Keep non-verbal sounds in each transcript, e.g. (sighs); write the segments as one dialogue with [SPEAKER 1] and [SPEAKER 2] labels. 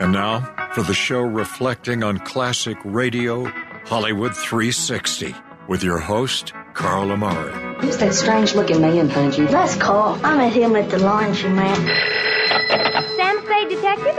[SPEAKER 1] And now for the show reflecting on classic radio, Hollywood 360, with your host, Carl Amari.
[SPEAKER 2] Who's that strange looking man behind you?
[SPEAKER 3] That's Carl.
[SPEAKER 4] I met him Oh, at the laundry, man.
[SPEAKER 5] Sam Spade Detective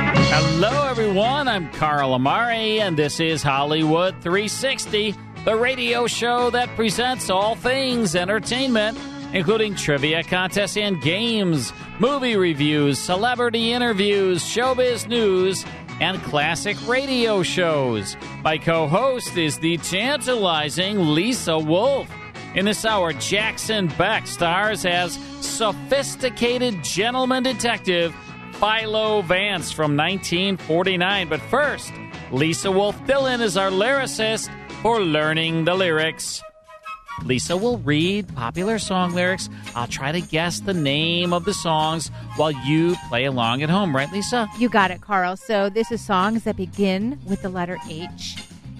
[SPEAKER 6] Hello, everyone. I'm Carl Amari, and this is Hollywood 360, the radio show that presents all things entertainment, including trivia contests and games, movie reviews, celebrity interviews, showbiz news, and classic radio shows. My co host is the tantalizing Lisa Wolf. In this hour, Jackson Beck stars as sophisticated gentleman detective Philo Vance from 1949. But first, Lisa Wolf Dillon is our lyricist for learning the lyrics. Lisa will read popular song lyrics. I'll try to guess the name of the songs while you play along at home, right, Lisa?
[SPEAKER 5] You got it, Carl. So this is songs that begin with the letter H.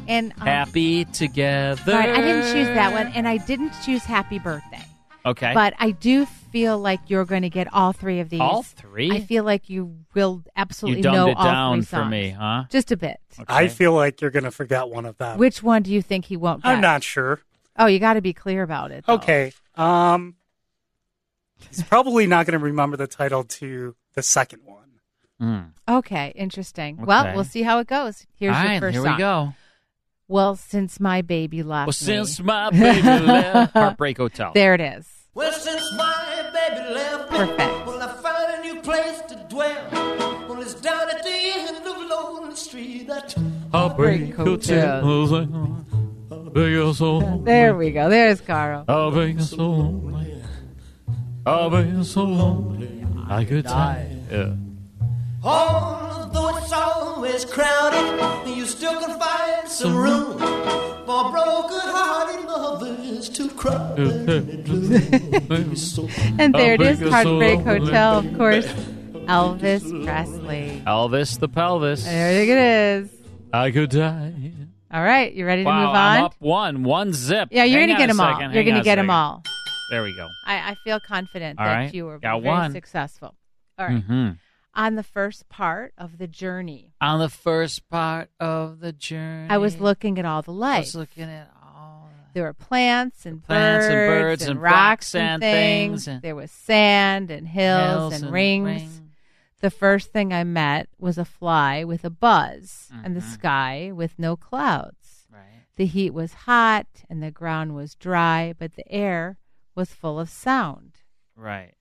[SPEAKER 5] And um,
[SPEAKER 6] Happy together.
[SPEAKER 5] all right, I didn't choose that one, and I didn't choose Happy Birthday.
[SPEAKER 6] Okay.
[SPEAKER 5] But I do feel like you're going to get all three of these.
[SPEAKER 6] All three?
[SPEAKER 5] I feel like you will absolutely
[SPEAKER 6] You dumbed
[SPEAKER 5] know
[SPEAKER 6] it
[SPEAKER 5] all
[SPEAKER 6] down
[SPEAKER 5] three
[SPEAKER 6] for
[SPEAKER 5] songs.
[SPEAKER 6] me, huh?
[SPEAKER 5] Just a bit.
[SPEAKER 7] I feel like you're going to forget one of them.
[SPEAKER 5] Which one do you think he won't?
[SPEAKER 7] I'm
[SPEAKER 5] get?
[SPEAKER 7] not sure.
[SPEAKER 5] Oh, you got to be clear about it. though.
[SPEAKER 7] Okay.
[SPEAKER 6] Oh.
[SPEAKER 7] Um, he's probably not going to remember the title to the second one.
[SPEAKER 6] Mm.
[SPEAKER 5] Okay. Interesting. Well,
[SPEAKER 6] Okay.
[SPEAKER 5] we'll see how it goes. Here's
[SPEAKER 6] all
[SPEAKER 5] your
[SPEAKER 6] right,
[SPEAKER 5] first
[SPEAKER 6] here
[SPEAKER 5] song.
[SPEAKER 6] we go.
[SPEAKER 5] Well, since my baby left
[SPEAKER 6] Well,
[SPEAKER 5] me.
[SPEAKER 6] since my
[SPEAKER 5] (laughs)
[SPEAKER 6] baby left Heartbreak Hotel.
[SPEAKER 5] There it is.
[SPEAKER 8] Well, since my baby left me,
[SPEAKER 5] Perfect.
[SPEAKER 8] well, I found a new place to dwell. Well, it's down at the end of Lonely Street. That
[SPEAKER 6] Heartbreak
[SPEAKER 5] Hotel.
[SPEAKER 6] Hotel.
[SPEAKER 5] There we go. There's Carl.
[SPEAKER 6] I've been so lonely. I've been so lonely. I could die. Yeah.
[SPEAKER 8] although it's always crowded, you still can find some room for broken-hearted lovers to cry.
[SPEAKER 5] And there it is.
[SPEAKER 6] Heartbreak is so
[SPEAKER 5] Heartbreak
[SPEAKER 6] lonely.
[SPEAKER 5] Hotel, of course. Elvis Presley.
[SPEAKER 6] Elvis the pelvis.
[SPEAKER 5] There it is.
[SPEAKER 6] I could die.
[SPEAKER 5] All right. You ready to
[SPEAKER 6] Wow,
[SPEAKER 5] move on?
[SPEAKER 6] I'm up one, one zip.
[SPEAKER 5] Yeah, you're
[SPEAKER 6] Hang
[SPEAKER 5] gonna
[SPEAKER 6] on
[SPEAKER 5] get
[SPEAKER 6] a
[SPEAKER 5] them all.
[SPEAKER 6] second,
[SPEAKER 5] You're
[SPEAKER 6] hang
[SPEAKER 5] gonna
[SPEAKER 6] on a
[SPEAKER 5] get them
[SPEAKER 6] second.
[SPEAKER 5] all.
[SPEAKER 6] There we go.
[SPEAKER 5] I, I feel confident
[SPEAKER 6] All
[SPEAKER 5] that
[SPEAKER 6] right.
[SPEAKER 5] you were
[SPEAKER 6] Got
[SPEAKER 5] very
[SPEAKER 6] one.
[SPEAKER 5] successful. All right.
[SPEAKER 6] hmm
[SPEAKER 5] On the first part of the journey,
[SPEAKER 6] On the first part of the journey,
[SPEAKER 5] I was looking at all the
[SPEAKER 6] I
[SPEAKER 5] life.
[SPEAKER 6] was looking at all. the-
[SPEAKER 5] there were plants and
[SPEAKER 6] Plants and
[SPEAKER 5] birds
[SPEAKER 6] birds and
[SPEAKER 5] rocks
[SPEAKER 6] rocks and
[SPEAKER 5] things.
[SPEAKER 6] things and-
[SPEAKER 5] there was sand and hills,
[SPEAKER 6] Hills
[SPEAKER 5] and,
[SPEAKER 6] and
[SPEAKER 5] rings.
[SPEAKER 6] rings.
[SPEAKER 5] The first thing I met was a fly with a buzz and the sky with no clouds.
[SPEAKER 6] Mm-hmm. Right.
[SPEAKER 5] The heat was hot and the ground was dry, but the air was full of sound.
[SPEAKER 6] Right.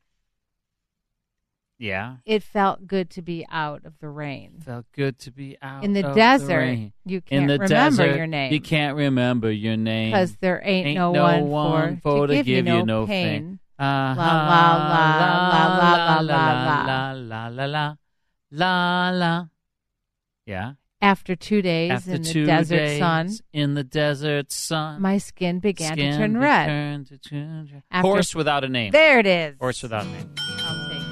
[SPEAKER 6] Yeah.
[SPEAKER 5] It felt good to be out of the rain.
[SPEAKER 6] Felt good to be out
[SPEAKER 5] In the
[SPEAKER 6] of
[SPEAKER 5] desert,
[SPEAKER 6] The rain.
[SPEAKER 5] you
[SPEAKER 6] In
[SPEAKER 5] can't
[SPEAKER 6] the
[SPEAKER 5] remember
[SPEAKER 6] desert,
[SPEAKER 5] your name.
[SPEAKER 6] You can't remember your name
[SPEAKER 5] Because there ain't, no, one, for, to give, you no, pain.
[SPEAKER 6] Uh-huh.
[SPEAKER 5] La, la, la, la, la, la, la,
[SPEAKER 6] la, la, la, la, la, la. Yeah.
[SPEAKER 5] After two days
[SPEAKER 6] After
[SPEAKER 5] in the
[SPEAKER 6] two
[SPEAKER 5] desert
[SPEAKER 6] days
[SPEAKER 5] sun,
[SPEAKER 6] in the desert sun,
[SPEAKER 5] my skin began
[SPEAKER 6] skin
[SPEAKER 5] to turn red.
[SPEAKER 6] began to turn red.
[SPEAKER 5] After-
[SPEAKER 6] Horse without a name.
[SPEAKER 5] There it is.
[SPEAKER 6] Horse without a name.
[SPEAKER 5] I'll take it.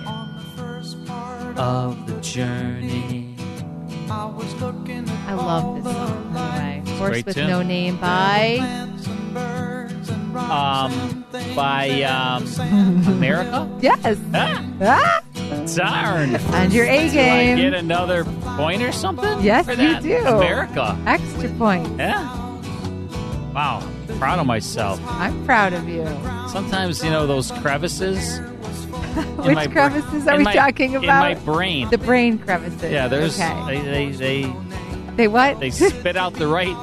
[SPEAKER 6] Of the journey.
[SPEAKER 5] I love this song, by the way. Horse
[SPEAKER 6] great
[SPEAKER 5] with
[SPEAKER 6] tune.
[SPEAKER 5] No Name by.
[SPEAKER 6] Um, by
[SPEAKER 5] (laughs)
[SPEAKER 6] um, America.
[SPEAKER 5] Yes.
[SPEAKER 6] Ah,
[SPEAKER 5] Ah,
[SPEAKER 6] darn.
[SPEAKER 5] and your A
[SPEAKER 6] Do I get
[SPEAKER 5] game.
[SPEAKER 6] another point or something?
[SPEAKER 5] Yes,
[SPEAKER 6] for
[SPEAKER 5] you
[SPEAKER 6] that?
[SPEAKER 5] do.
[SPEAKER 6] America.
[SPEAKER 5] Extra point.
[SPEAKER 6] Yeah. Wow. Proud of myself.
[SPEAKER 5] I'm proud of you.
[SPEAKER 6] Sometimes, you know, those
[SPEAKER 5] (laughs)
[SPEAKER 6] crevices.
[SPEAKER 5] Which
[SPEAKER 6] my bra-
[SPEAKER 5] crevices are
[SPEAKER 6] in
[SPEAKER 5] we
[SPEAKER 6] my-
[SPEAKER 5] talking about?
[SPEAKER 6] In my brain.
[SPEAKER 5] The brain crevices.
[SPEAKER 6] yeah, there's.
[SPEAKER 5] Okay.
[SPEAKER 6] They, they, they,
[SPEAKER 5] They, what? (laughs)
[SPEAKER 6] they spit out the right.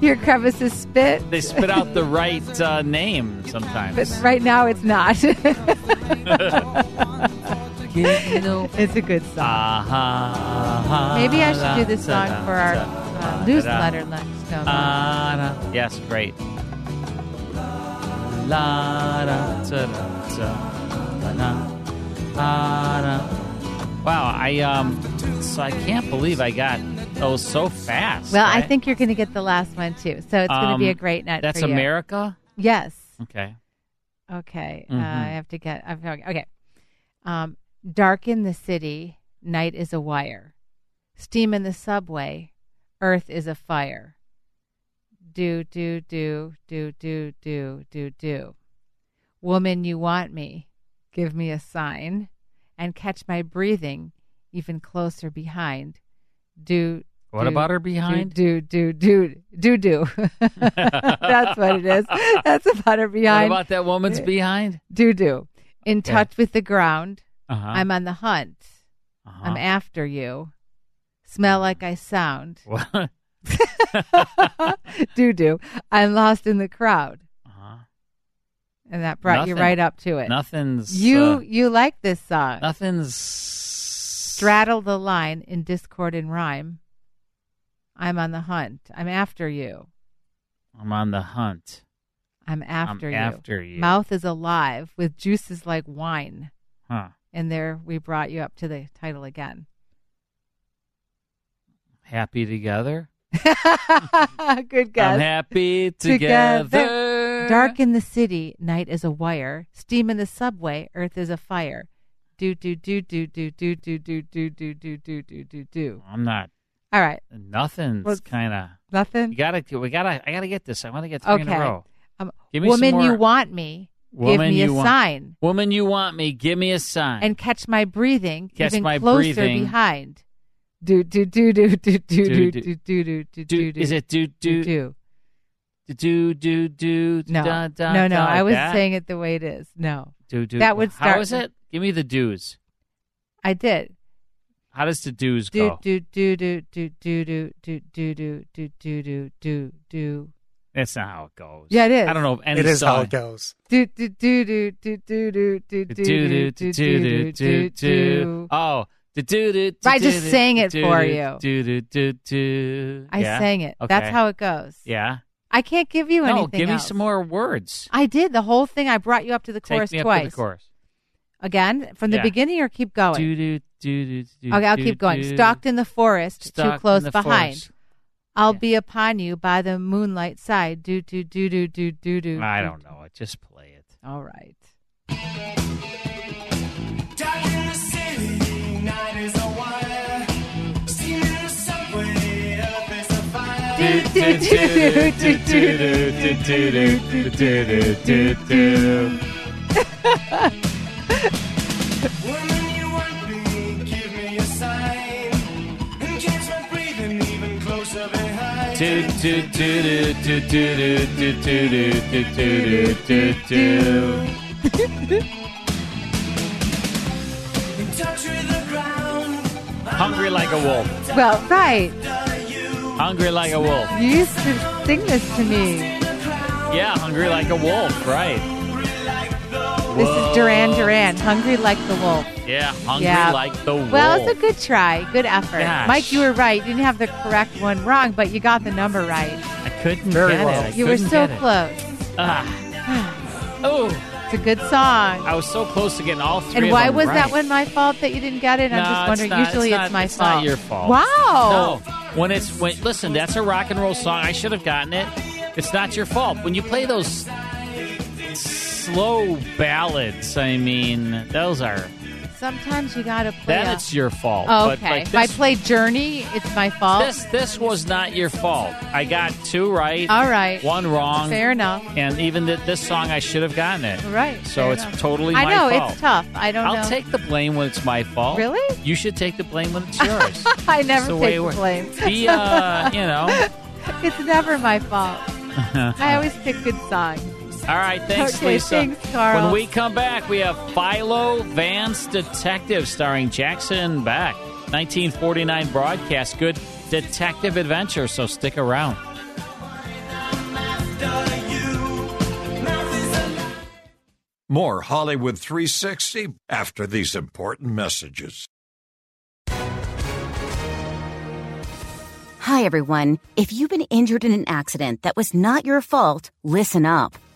[SPEAKER 5] Your crevices spit.
[SPEAKER 6] They spit
[SPEAKER 5] (laughs)
[SPEAKER 6] out the right uh, name sometimes.
[SPEAKER 5] But right now it's not. It's a good song. Maybe I should do this song for our uh, newsletter next time.
[SPEAKER 6] Uh, yes, great. La, da, da, da, da, da, da, da, da. Wow, I um, so I can't believe I got those so fast.
[SPEAKER 5] Well, I
[SPEAKER 6] right?
[SPEAKER 5] think you're going to get the last one too. So it's going to be a
[SPEAKER 6] Um,
[SPEAKER 5] great night.
[SPEAKER 6] that's
[SPEAKER 5] for you.
[SPEAKER 6] America?
[SPEAKER 5] Yes.
[SPEAKER 6] Okay.
[SPEAKER 5] Okay.
[SPEAKER 6] Mhm.
[SPEAKER 5] Uh, I have to get. I'm going. Okay. Um, dark in the city. Night is a wire. Steam in the subway. Earth is a fire. Do do do do do do do do. Woman, you want me? Give me a sign, and catch my breathing, even closer behind. Do.
[SPEAKER 6] What
[SPEAKER 5] do,
[SPEAKER 6] about her
[SPEAKER 5] do,
[SPEAKER 6] behind?
[SPEAKER 5] Do do do do do. (laughs) That's what it is. That's about her behind.
[SPEAKER 6] about that woman's behind?
[SPEAKER 5] Do do. In
[SPEAKER 6] Okay.
[SPEAKER 5] touch with the ground.
[SPEAKER 6] Uh-huh.
[SPEAKER 5] I'm on the hunt. I'm after you. Smell like I sound.
[SPEAKER 6] What?
[SPEAKER 5] (laughs) do do. I'm lost in the crowd. And that brought you
[SPEAKER 6] Uh-huh. Nothing-
[SPEAKER 5] right up to it.
[SPEAKER 6] nothing's,
[SPEAKER 5] you
[SPEAKER 6] uh,
[SPEAKER 5] you like this song.
[SPEAKER 6] Nothing's
[SPEAKER 5] straddle the line in discord and rhyme. I'm on the hunt. I'm after you.
[SPEAKER 6] I'm on the hunt.
[SPEAKER 5] I'm after you.
[SPEAKER 6] after you.
[SPEAKER 5] Mouth is alive with juices like wine.
[SPEAKER 6] Huh.
[SPEAKER 5] And there we brought you up to the title
[SPEAKER 6] (laughs)
[SPEAKER 5] again. (laughs)
[SPEAKER 6] Happy together.
[SPEAKER 5] Good guess.
[SPEAKER 6] I'm happy together.
[SPEAKER 5] Dark in the city, night is a wire. Steam in the subway, earth is a fire. Do do do do do do do do do do do do do do do.
[SPEAKER 6] I'm not.
[SPEAKER 5] All right.
[SPEAKER 6] Nothing's
[SPEAKER 5] Let's-
[SPEAKER 6] kind of.
[SPEAKER 5] Nothing.
[SPEAKER 6] You gotta. We gotta. I gotta get this. I want to get three
[SPEAKER 5] Okay.
[SPEAKER 6] in a row.
[SPEAKER 5] Um,
[SPEAKER 6] Give me some
[SPEAKER 5] woman, you
[SPEAKER 6] more.
[SPEAKER 5] want me? give
[SPEAKER 6] Woman
[SPEAKER 5] me
[SPEAKER 6] you
[SPEAKER 5] a
[SPEAKER 6] want-
[SPEAKER 5] sign
[SPEAKER 6] Woman, you want me? Give me a sign.
[SPEAKER 5] and catch my breathing
[SPEAKER 6] Catch
[SPEAKER 5] even
[SPEAKER 6] my
[SPEAKER 5] closer
[SPEAKER 6] breathing.
[SPEAKER 5] behind. Do do do do do do do
[SPEAKER 6] Do,
[SPEAKER 5] do
[SPEAKER 6] do.
[SPEAKER 5] do do do do.
[SPEAKER 6] is it do do
[SPEAKER 5] do
[SPEAKER 6] do do do?
[SPEAKER 5] No,
[SPEAKER 6] da, da,
[SPEAKER 5] no, no.
[SPEAKER 6] da,
[SPEAKER 5] I was
[SPEAKER 6] that?
[SPEAKER 5] saying it the way it is. No,
[SPEAKER 6] Do do.
[SPEAKER 5] that would start
[SPEAKER 6] How is
[SPEAKER 5] with-
[SPEAKER 6] it? Give me the do's.
[SPEAKER 5] I did.
[SPEAKER 6] How does the do's
[SPEAKER 5] do
[SPEAKER 6] go?
[SPEAKER 5] do do do do do do do do do do do do do do
[SPEAKER 6] That's not how it goes.
[SPEAKER 5] Yeah, it is.
[SPEAKER 6] I don't know. If any
[SPEAKER 7] It is how
[SPEAKER 6] song-
[SPEAKER 7] it goes.
[SPEAKER 5] do do do do do do do do do do do do do do.
[SPEAKER 6] Oh, do do do.
[SPEAKER 5] I just sang it for you.
[SPEAKER 6] Do do do do.
[SPEAKER 5] I sang it. That's how it goes.
[SPEAKER 6] Yeah.
[SPEAKER 5] I can't give you
[SPEAKER 6] No,
[SPEAKER 5] anything.
[SPEAKER 6] give me
[SPEAKER 5] else.
[SPEAKER 6] some more words.
[SPEAKER 5] I did the whole thing. I brought you up to the chorus
[SPEAKER 6] Take me
[SPEAKER 5] twice.
[SPEAKER 6] up to the chorus.
[SPEAKER 5] Again, from the
[SPEAKER 6] Yeah.
[SPEAKER 5] beginning, or keep going.
[SPEAKER 6] Do do do do do.
[SPEAKER 5] okay, I'll
[SPEAKER 6] do,
[SPEAKER 5] keep going.
[SPEAKER 6] do.
[SPEAKER 5] Stalked in the forest,
[SPEAKER 6] Stalked
[SPEAKER 5] too
[SPEAKER 6] in
[SPEAKER 5] close
[SPEAKER 6] the
[SPEAKER 5] behind.
[SPEAKER 6] forest.
[SPEAKER 5] I'll be upon you by the moonlight side. Do do do do do do do.
[SPEAKER 6] I
[SPEAKER 5] do,
[SPEAKER 6] don't know. it. Just play it.
[SPEAKER 5] All right.
[SPEAKER 8] Dark in the city, night is a wire. Steam in the subway, earth is a fire. Woman, you want me? Give me a sign. And catch my breathing even closer behind.
[SPEAKER 6] Do do do do do do do do do do do do.
[SPEAKER 8] In touch with the ground.
[SPEAKER 6] Hungry like a wolf.
[SPEAKER 5] Well, right.
[SPEAKER 6] Hungry like a wolf.
[SPEAKER 5] You used to sing this to me.
[SPEAKER 6] Yeah, hungry like a wolf. Right.
[SPEAKER 5] This is Duran Duran, Hungry Like the Wolf.
[SPEAKER 6] Yeah, hungry
[SPEAKER 5] Yeah.
[SPEAKER 6] like the wolf.
[SPEAKER 5] Well, it's a good try. Good effort.
[SPEAKER 6] Gosh.
[SPEAKER 5] Mike, you were right. You didn't have the correct one wrong, but you got the number right.
[SPEAKER 6] I couldn't
[SPEAKER 7] Very
[SPEAKER 6] get
[SPEAKER 7] well.
[SPEAKER 6] it. I
[SPEAKER 5] You were
[SPEAKER 6] couldn't
[SPEAKER 5] so
[SPEAKER 6] get it.
[SPEAKER 5] close. (sighs)
[SPEAKER 6] Ah. Oh,
[SPEAKER 5] It's a good song.
[SPEAKER 6] I was so close to getting all three.
[SPEAKER 5] And
[SPEAKER 6] of
[SPEAKER 5] why
[SPEAKER 6] them
[SPEAKER 5] was that
[SPEAKER 6] right.
[SPEAKER 5] one my fault that you didn't get it? I'm
[SPEAKER 6] No,
[SPEAKER 5] just wondering.
[SPEAKER 6] It's not,
[SPEAKER 5] Usually it's,
[SPEAKER 6] not,
[SPEAKER 5] my
[SPEAKER 6] it's
[SPEAKER 5] fault.
[SPEAKER 6] Not your fault.
[SPEAKER 5] Wow.
[SPEAKER 6] No. When it's when listen, that's a rock and roll song. I should have gotten it. It's not your fault. When you play those slow ballads, I mean, those are
[SPEAKER 5] Sometimes you gotta play.
[SPEAKER 6] then
[SPEAKER 5] a-
[SPEAKER 6] it's your fault.
[SPEAKER 5] Oh,
[SPEAKER 6] But
[SPEAKER 5] okay.
[SPEAKER 6] like
[SPEAKER 5] if I
[SPEAKER 6] this,
[SPEAKER 5] play Journey, it's my fault.
[SPEAKER 6] this this was not your fault. I got two right.
[SPEAKER 5] All right.
[SPEAKER 6] One wrong.
[SPEAKER 5] Fair enough.
[SPEAKER 6] And even th- this song, I should have gotten it.
[SPEAKER 5] All right.
[SPEAKER 6] So
[SPEAKER 5] fair
[SPEAKER 6] it's
[SPEAKER 5] enough.
[SPEAKER 6] totally
[SPEAKER 5] I
[SPEAKER 6] my
[SPEAKER 5] know
[SPEAKER 6] fault.
[SPEAKER 5] it's tough. I don't
[SPEAKER 6] I'll
[SPEAKER 5] know. (laughs)
[SPEAKER 6] take the blame when it's my fault.
[SPEAKER 5] Really?
[SPEAKER 6] You should take the blame when
[SPEAKER 5] (laughs)
[SPEAKER 6] it's yours.
[SPEAKER 5] I never
[SPEAKER 6] the way
[SPEAKER 5] take
[SPEAKER 6] it
[SPEAKER 5] the
[SPEAKER 6] works.
[SPEAKER 5] blame.
[SPEAKER 6] (laughs) Be,
[SPEAKER 5] (laughs)
[SPEAKER 6] uh, you know.
[SPEAKER 5] It's never
[SPEAKER 6] (laughs)
[SPEAKER 5] my fault. I always pick good songs.
[SPEAKER 6] All right, thanks,
[SPEAKER 5] Okay,
[SPEAKER 6] Lisa.
[SPEAKER 5] thanks, Carl.
[SPEAKER 6] When we come back, we have Philo Vance Detective starring Jackson Beck. 1949 broadcast. Good detective adventure, so stick around.
[SPEAKER 1] More Hollywood 360 after these important messages.
[SPEAKER 9] Hi, everyone. If you've been injured in an accident that was not your fault, listen up.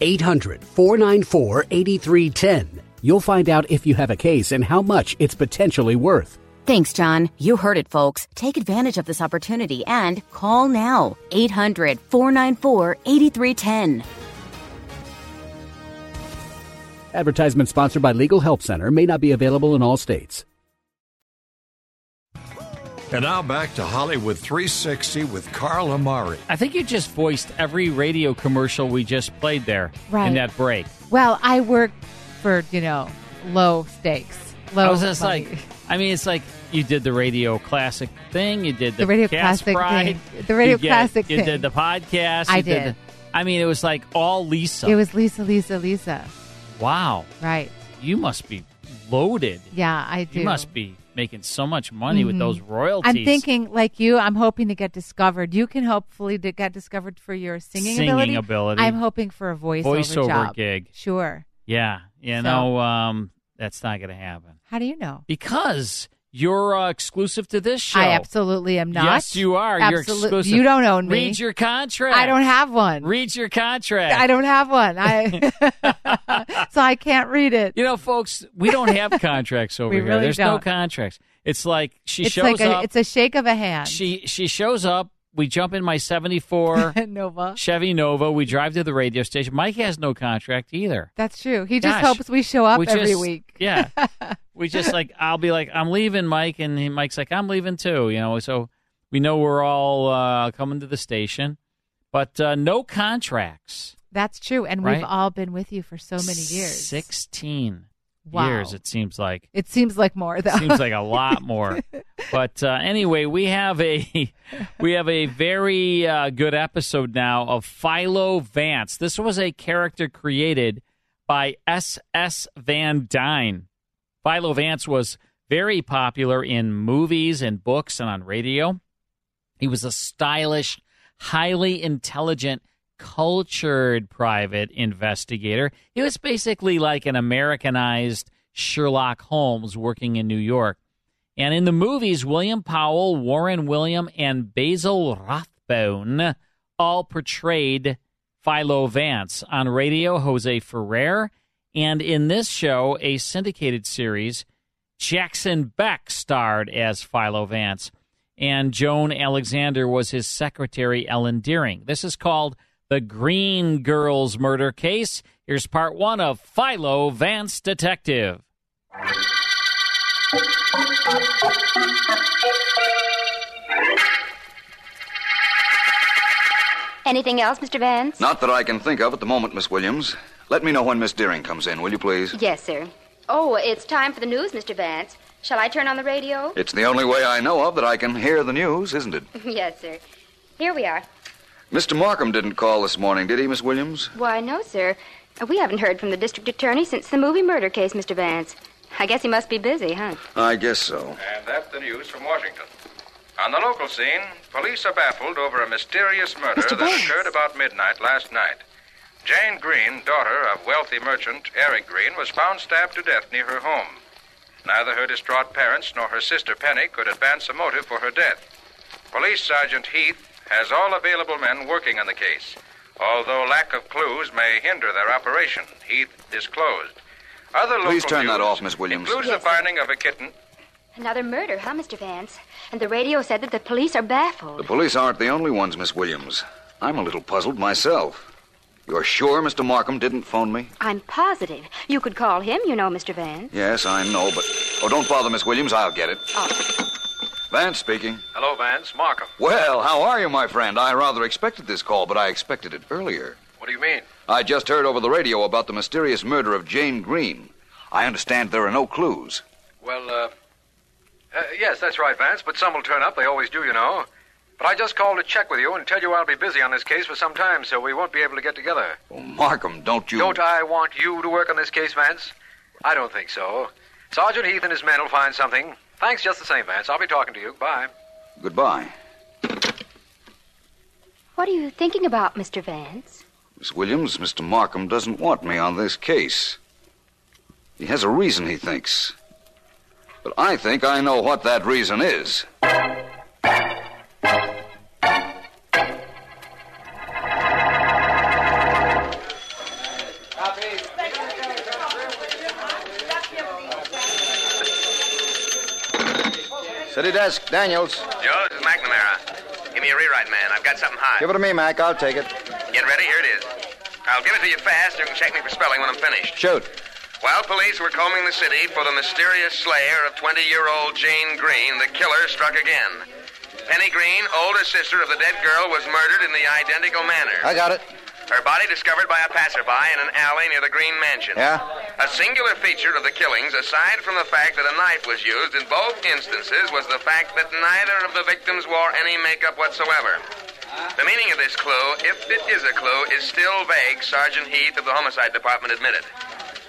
[SPEAKER 10] 800 494 8310. You'll find out if you have a case and how much it's potentially worth.
[SPEAKER 9] Thanks, John. You heard it, folks. Take advantage of this opportunity and call now 800 494 8310.
[SPEAKER 10] Advertisement sponsored by Legal Help Center may not be available in all states.
[SPEAKER 1] And now back to Hollywood 360 with Carl Amari.
[SPEAKER 6] I think you just voiced every radio commercial we just played there
[SPEAKER 5] Right.
[SPEAKER 6] in that break.
[SPEAKER 5] Well, I work for, you know, low stakes. Low
[SPEAKER 6] I was just
[SPEAKER 5] money.
[SPEAKER 6] like, I mean, it's like you did the radio classic thing, you did the,
[SPEAKER 5] The radio
[SPEAKER 6] Cast
[SPEAKER 5] classic
[SPEAKER 6] Pride,
[SPEAKER 5] thing. The radio
[SPEAKER 6] you get-
[SPEAKER 5] classic
[SPEAKER 6] You
[SPEAKER 5] thing.
[SPEAKER 6] did the podcast.
[SPEAKER 5] I
[SPEAKER 6] you
[SPEAKER 5] did.
[SPEAKER 6] the- I mean, it was like all Lisa.
[SPEAKER 5] it was Lisa, Lisa, Lisa.
[SPEAKER 6] wow.
[SPEAKER 5] Right.
[SPEAKER 6] You must be loaded.
[SPEAKER 5] Yeah, I do.
[SPEAKER 6] You must be making so much money with
[SPEAKER 5] Mhm.
[SPEAKER 6] those royalties.
[SPEAKER 5] I'm thinking, like you, I'm hoping to get discovered. You can hopefully to get discovered for your singing,
[SPEAKER 6] Singing
[SPEAKER 5] ability.
[SPEAKER 6] ability.
[SPEAKER 5] I'm hoping for a voiceover,
[SPEAKER 6] Voiceover
[SPEAKER 5] job.
[SPEAKER 6] gig.
[SPEAKER 5] Sure.
[SPEAKER 6] Yeah, you
[SPEAKER 5] So-
[SPEAKER 6] know, um, that's not going to happen
[SPEAKER 5] How do you know?
[SPEAKER 6] because you're uh, exclusive to this show.
[SPEAKER 5] I absolutely am not.
[SPEAKER 6] Yes, you are. You're
[SPEAKER 5] Absolute-
[SPEAKER 6] exclusive.
[SPEAKER 5] You don't own me.
[SPEAKER 6] Read your contract.
[SPEAKER 5] I don't have one.
[SPEAKER 6] Read your contract.
[SPEAKER 5] I don't have one. I
[SPEAKER 6] (laughs)
[SPEAKER 5] so I (laughs) can't read it.
[SPEAKER 6] You know, folks, we don't
[SPEAKER 5] (laughs)
[SPEAKER 6] have contracts over
[SPEAKER 5] We
[SPEAKER 6] here.
[SPEAKER 5] really
[SPEAKER 6] There's no
[SPEAKER 5] don't.
[SPEAKER 6] contracts. It's like she
[SPEAKER 5] it's
[SPEAKER 6] shows
[SPEAKER 5] like a,
[SPEAKER 6] up.
[SPEAKER 5] it's a shake of a hand.
[SPEAKER 6] she she shows up. We jump in my
[SPEAKER 5] (laughs)
[SPEAKER 6] '74
[SPEAKER 5] Nova.
[SPEAKER 6] Chevy Nova. We drive to the radio station. Mike has no contract either.
[SPEAKER 5] That's true. He just
[SPEAKER 6] Gosh.
[SPEAKER 5] hopes we show up
[SPEAKER 6] We
[SPEAKER 5] every
[SPEAKER 6] just-
[SPEAKER 5] week. (laughs)
[SPEAKER 6] Yeah. we just like I'll be like I'm leaving Mike and he- Mike's like I'm leaving too, you know. So we know we're all uh, coming to the station, but uh, no contracts.
[SPEAKER 5] That's true. And
[SPEAKER 6] Right?
[SPEAKER 5] we've all been with you for so many years.
[SPEAKER 6] 16
[SPEAKER 5] Wow.
[SPEAKER 6] years it seems like.
[SPEAKER 5] It seems like more though.
[SPEAKER 6] Seems like a lot more. but uh, anyway, we have a (laughs) we have a very uh, good episode now of Philo Vance. This was a character created by S.S. Van Dyne. Philo Vance was very popular in movies and books and on radio. He was a stylish, highly intelligent, cultured private investigator. He was basically like an Americanized Sherlock Holmes working in New York. And in the movies, William Powell, Warren William, and Basil Rathbone all portrayed Philo Vance. On radio, Jose Ferrer. And in this show, a syndicated series, Jackson Beck starred as Philo Vance. And Joan Alexander was his secretary, Ellen Deering. This is called The Green Girls Murder Case. Here's part one of Philo Vance Detective.
[SPEAKER 11] Anything else, Mr. Vance?
[SPEAKER 12] Not that I can think of at the moment, Miss Williams. Let me know when Miss Deering comes in, will you please?
[SPEAKER 11] Yes, sir. Oh, it's time for the news, Mr. Vance. Shall I turn on the radio? (laughs)
[SPEAKER 12] It's the only way I know of that I can hear the news, isn't it?
[SPEAKER 11] yes, sir. Here we are.
[SPEAKER 12] Mr. Markham didn't call this morning, did he, Miss Williams?
[SPEAKER 11] Why, no, sir. We haven't heard from the district attorney since the movie murder case, Mr. Vance. I guess he must be busy, huh?
[SPEAKER 12] I guess so.
[SPEAKER 13] And that's the news from Washington. On the local scene, police are baffled over a mysterious murder
[SPEAKER 11] Mr.
[SPEAKER 13] that
[SPEAKER 11] Bass.
[SPEAKER 13] occurred about midnight last night. Jane Green, daughter of wealthy merchant Eric Green, was found stabbed to death near her home. Neither her distraught parents nor her sister Penny could advance a motive for her death. Police Sergeant Heath has all available men working on the case. Although lack of clues may hinder their operation, Heath disclosed. Other local
[SPEAKER 12] Please turn that
[SPEAKER 13] news
[SPEAKER 12] off, Miss Williams.
[SPEAKER 13] includes the finding of a kitten
[SPEAKER 11] Another murder, huh, Mr. Vance? And the radio said that the police are baffled.
[SPEAKER 12] The police aren't the only ones, Miss Williams. I'm a little puzzled myself. You're sure Mr. Markham didn't phone me?
[SPEAKER 11] I'm positive. You could call him, you know, Mr. Vance.
[SPEAKER 12] Yes, I know, but. Oh, don't bother, Miss Williams. I'll get it. Vance speaking.
[SPEAKER 13] Hello, Vance. Markham.
[SPEAKER 12] Well, how are you, my friend? I rather expected this call, but I expected it earlier.
[SPEAKER 13] What do you mean?
[SPEAKER 12] I just heard over the radio about the mysterious murder of Jane Green. I understand there are no clues.
[SPEAKER 13] Well, uh, uh, yes, that's right, Vance, but some will turn up. They always do, you know. But I just called to check with you and tell you I'll be busy on this case for some time, so we won't be able to get together.
[SPEAKER 12] Oh, Markham, don't you?
[SPEAKER 13] Don't I want you to work on this case, Vance? I don't think so. Sergeant Heath and his men will find something. Thanks just the same, Vance. I'll be talking to you. Bye.
[SPEAKER 12] Goodbye.
[SPEAKER 11] What are you thinking about, Mr. Vance?
[SPEAKER 12] Miss Williams, Mr. Markham doesn't want me on this case. He has a reason, he thinks. But I think I know what that reason is. City desk, Daniels.
[SPEAKER 14] Joe, this is McNamara. Give me a rewrite, man. I've got something hot.
[SPEAKER 12] Give it to me, Mac. I'll take it.
[SPEAKER 14] Get ready. Here it is. I'll give it to you fast. You can check me for spelling when I'm finished.
[SPEAKER 12] Shoot.
[SPEAKER 14] While police were combing the city for the mysterious slayer of 20 year old Jane Green, the killer struck again. Penny Green, older sister of the dead girl, was murdered in the identical manner.
[SPEAKER 12] I got it.
[SPEAKER 14] Her body discovered by a passerby in an alley near the Green Mansion.
[SPEAKER 12] Yeah?
[SPEAKER 14] A singular feature of the killings, aside from the fact that a knife was used in both instances, was the fact that neither of the victims wore any makeup whatsoever. The meaning of this clue, if it is a clue, is still vague, Sergeant Heath of the Homicide Department admitted.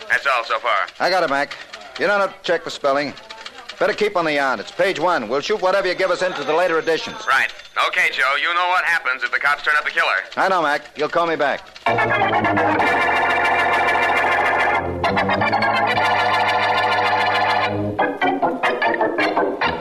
[SPEAKER 14] That's all so far.
[SPEAKER 12] I got it, Mac. You don't have to check for spelling. Better keep on the yarn. It's page one. We'll shoot whatever you give us into the later editions.
[SPEAKER 14] Right. Okay, Joe, you know what happens if the cops turn up the killer.
[SPEAKER 12] I know, Mac. You'll call me back.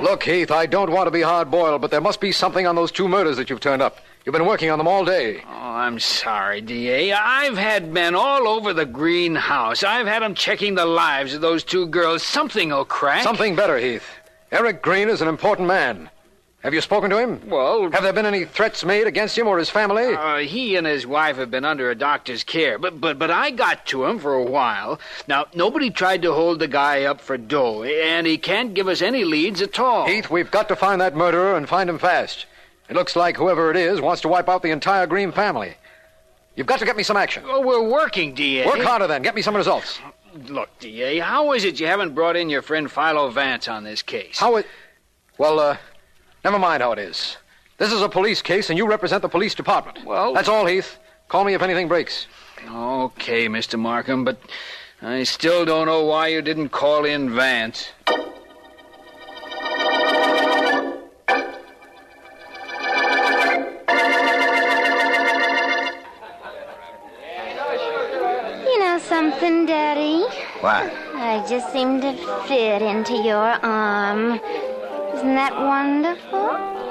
[SPEAKER 15] Look, Heath, I don't want to be hard boiled, but there must be something on those two murders that you've turned up. You've been working on them all day.
[SPEAKER 16] Oh, I'm sorry, D.A. I've had men all over the greenhouse. I've had 'em checking the lives of those two girls. Something'll crack.
[SPEAKER 15] Something better, Heath. Eric Green is an important man. Have you spoken to him?
[SPEAKER 16] Well,
[SPEAKER 15] Have there been any threats made against him or his family?
[SPEAKER 16] Uh, he and his wife have been under a doctor's care, but but but I got to him for a while. Now nobody tried to hold the guy up for dough, and he can't give us any leads at all.
[SPEAKER 15] Heath, we've got to find that murderer and find him fast. It looks like whoever it is wants to wipe out the entire Green family. You've got to get me some action.
[SPEAKER 16] Oh, we're working, D.A.
[SPEAKER 15] Work harder then. Get me some results.
[SPEAKER 16] Look, D.A., how is it you haven't brought in your friend Philo Vance on this case?
[SPEAKER 15] How it. Well, uh, never mind how it is. This is a police case, and you represent the police department.
[SPEAKER 16] Well-
[SPEAKER 15] That's all, Heath. Call me if anything breaks.
[SPEAKER 16] Okay, Mr. Markham, but I still don't know why you didn't call in Vance.
[SPEAKER 4] You know something, Daddy?
[SPEAKER 12] What?
[SPEAKER 4] I just seem to fit into your arm. Isn't that wonderful?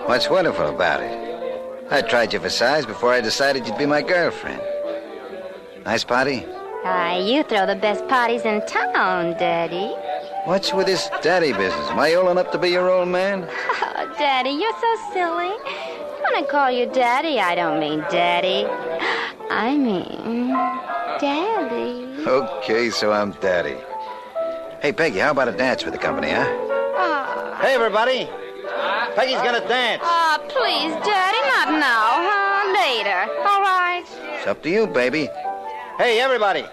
[SPEAKER 17] What's wonderful about it? I tried you for size before I decided you'd be my girlfriend. Nice party?
[SPEAKER 4] Ah, you throw the best parties in town, Daddy.
[SPEAKER 17] What's with this daddy business? Am I old enough to be your old man?
[SPEAKER 4] Oh, Daddy, you're so silly. When I call you Daddy, I don't mean Daddy. I mean Daddy.
[SPEAKER 17] Okay, so I'm daddy. Hey, Peggy, how about a dance with the company, huh? Hey, everybody. Peggy's gonna dance.
[SPEAKER 4] Oh, please, Daddy, not now, huh? Later. All right.
[SPEAKER 17] It's up to you, baby. Hey, everybody.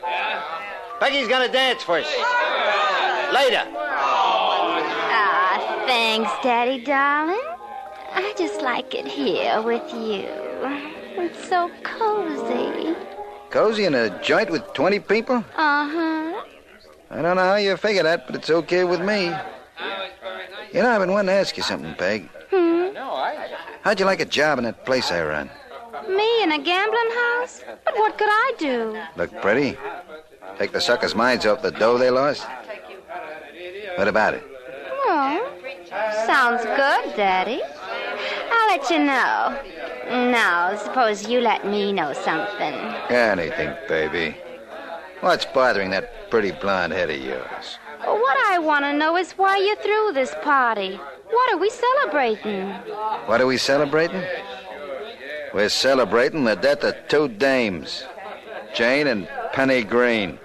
[SPEAKER 17] Peggy's gonna dance first. Later.
[SPEAKER 4] Ah, thanks, Daddy, darling. I just like it here with you. It's so cozy.
[SPEAKER 17] Cozy in a joint with 20 people?
[SPEAKER 4] Uh huh.
[SPEAKER 17] I don't know how you figure that, but it's okay with me. You know, I've been wanting to ask you something, Peg.
[SPEAKER 4] Hmm.
[SPEAKER 17] How'd you like a job in that place I run?
[SPEAKER 4] Me in a gambling house? But what could I do?
[SPEAKER 17] Look pretty? Take the suckers' minds off the dough they lost? What about it?
[SPEAKER 4] Well, Hmm. sounds good, Daddy. I'll let you know. Now, suppose you let me know something.
[SPEAKER 17] Anything, baby. What's bothering that pretty blonde head of yours?
[SPEAKER 4] What I want to know is why you threw this party. What are we celebrating?
[SPEAKER 17] What are we celebrating? We're celebrating the death of two dames, Jane and Penny Green.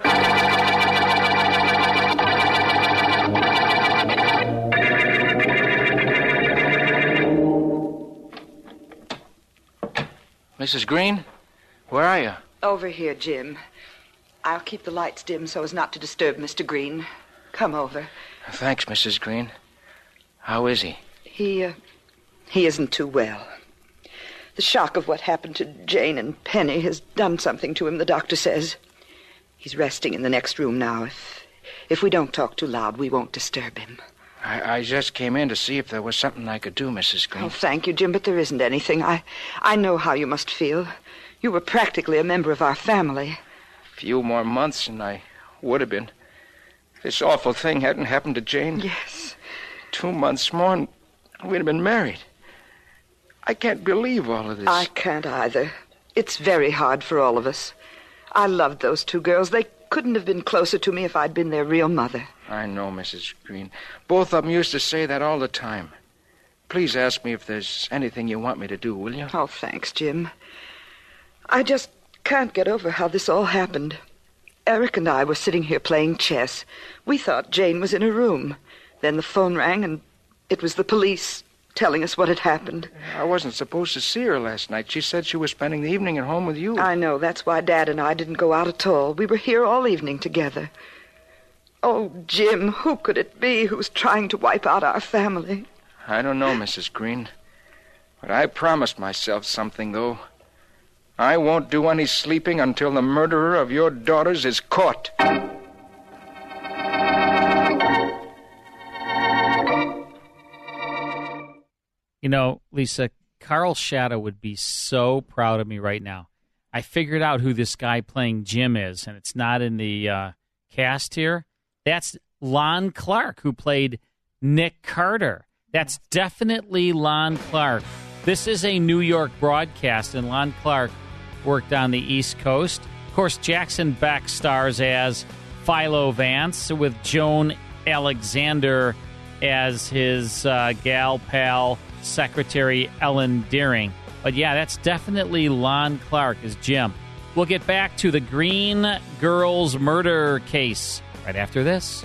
[SPEAKER 18] Mrs. Green, where are you?
[SPEAKER 19] Over here, Jim. I'll keep the lights dim so as not to disturb Mr. Green. Come over.
[SPEAKER 18] Thanks, Mrs. Green. How is he?
[SPEAKER 19] He, uh, he isn't too well. The shock of what happened to Jane and Penny has done something to him, the doctor says. He's resting in the next room now. If, if we don't talk too loud, we won't disturb him.
[SPEAKER 18] I, I just came in to see if there was something I could do, Mrs. Green.
[SPEAKER 19] Oh, thank you, Jim, but there isn't anything. I, I know how you must feel. You were practically a member of our family.
[SPEAKER 18] few more months and I would have been. This awful thing hadn't happened to Jane.
[SPEAKER 19] Yes.
[SPEAKER 18] Two months more and we'd have been married. I can't believe all of this.
[SPEAKER 19] I can't either. It's very hard for all of us. I loved those two girls. They couldn't have been closer to me if I'd been their real mother.
[SPEAKER 18] I know, Mrs. Green. Both of 'em used to say that all the time. Please ask me if there's anything you want me to do, will you?
[SPEAKER 19] Oh, thanks, Jim. I just can't get over how this all happened. Eric and I were sitting here playing chess. We thought Jane was in her room. Then the phone rang, and it was the police telling us what had happened.
[SPEAKER 18] I wasn't supposed to see her last night. She said she was spending the evening at home with you.
[SPEAKER 19] I know. That's why Dad and I didn't go out at all. We were here all evening together. Oh, Jim, who could it be who's trying to wipe out our family?
[SPEAKER 18] I don't know, Mrs. Green. But I promised myself something, though. I won't do any sleeping until the murderer of your daughters is caught.
[SPEAKER 6] You know, Lisa, Carl Shadow would be so proud of me right now. I figured out who this guy playing Jim is, and it's not in the uh, cast here. That's Lon Clark, who played Nick Carter. That's definitely Lon Clark. This is a New York broadcast, and Lon Clark worked on the East Coast. Of course, Jackson Beck stars as Philo Vance with Joan Alexander as his uh, gal pal secretary Ellen Deering. But yeah, that's definitely Lon Clark as Jim. We'll get back to the Green Girls murder case right after this.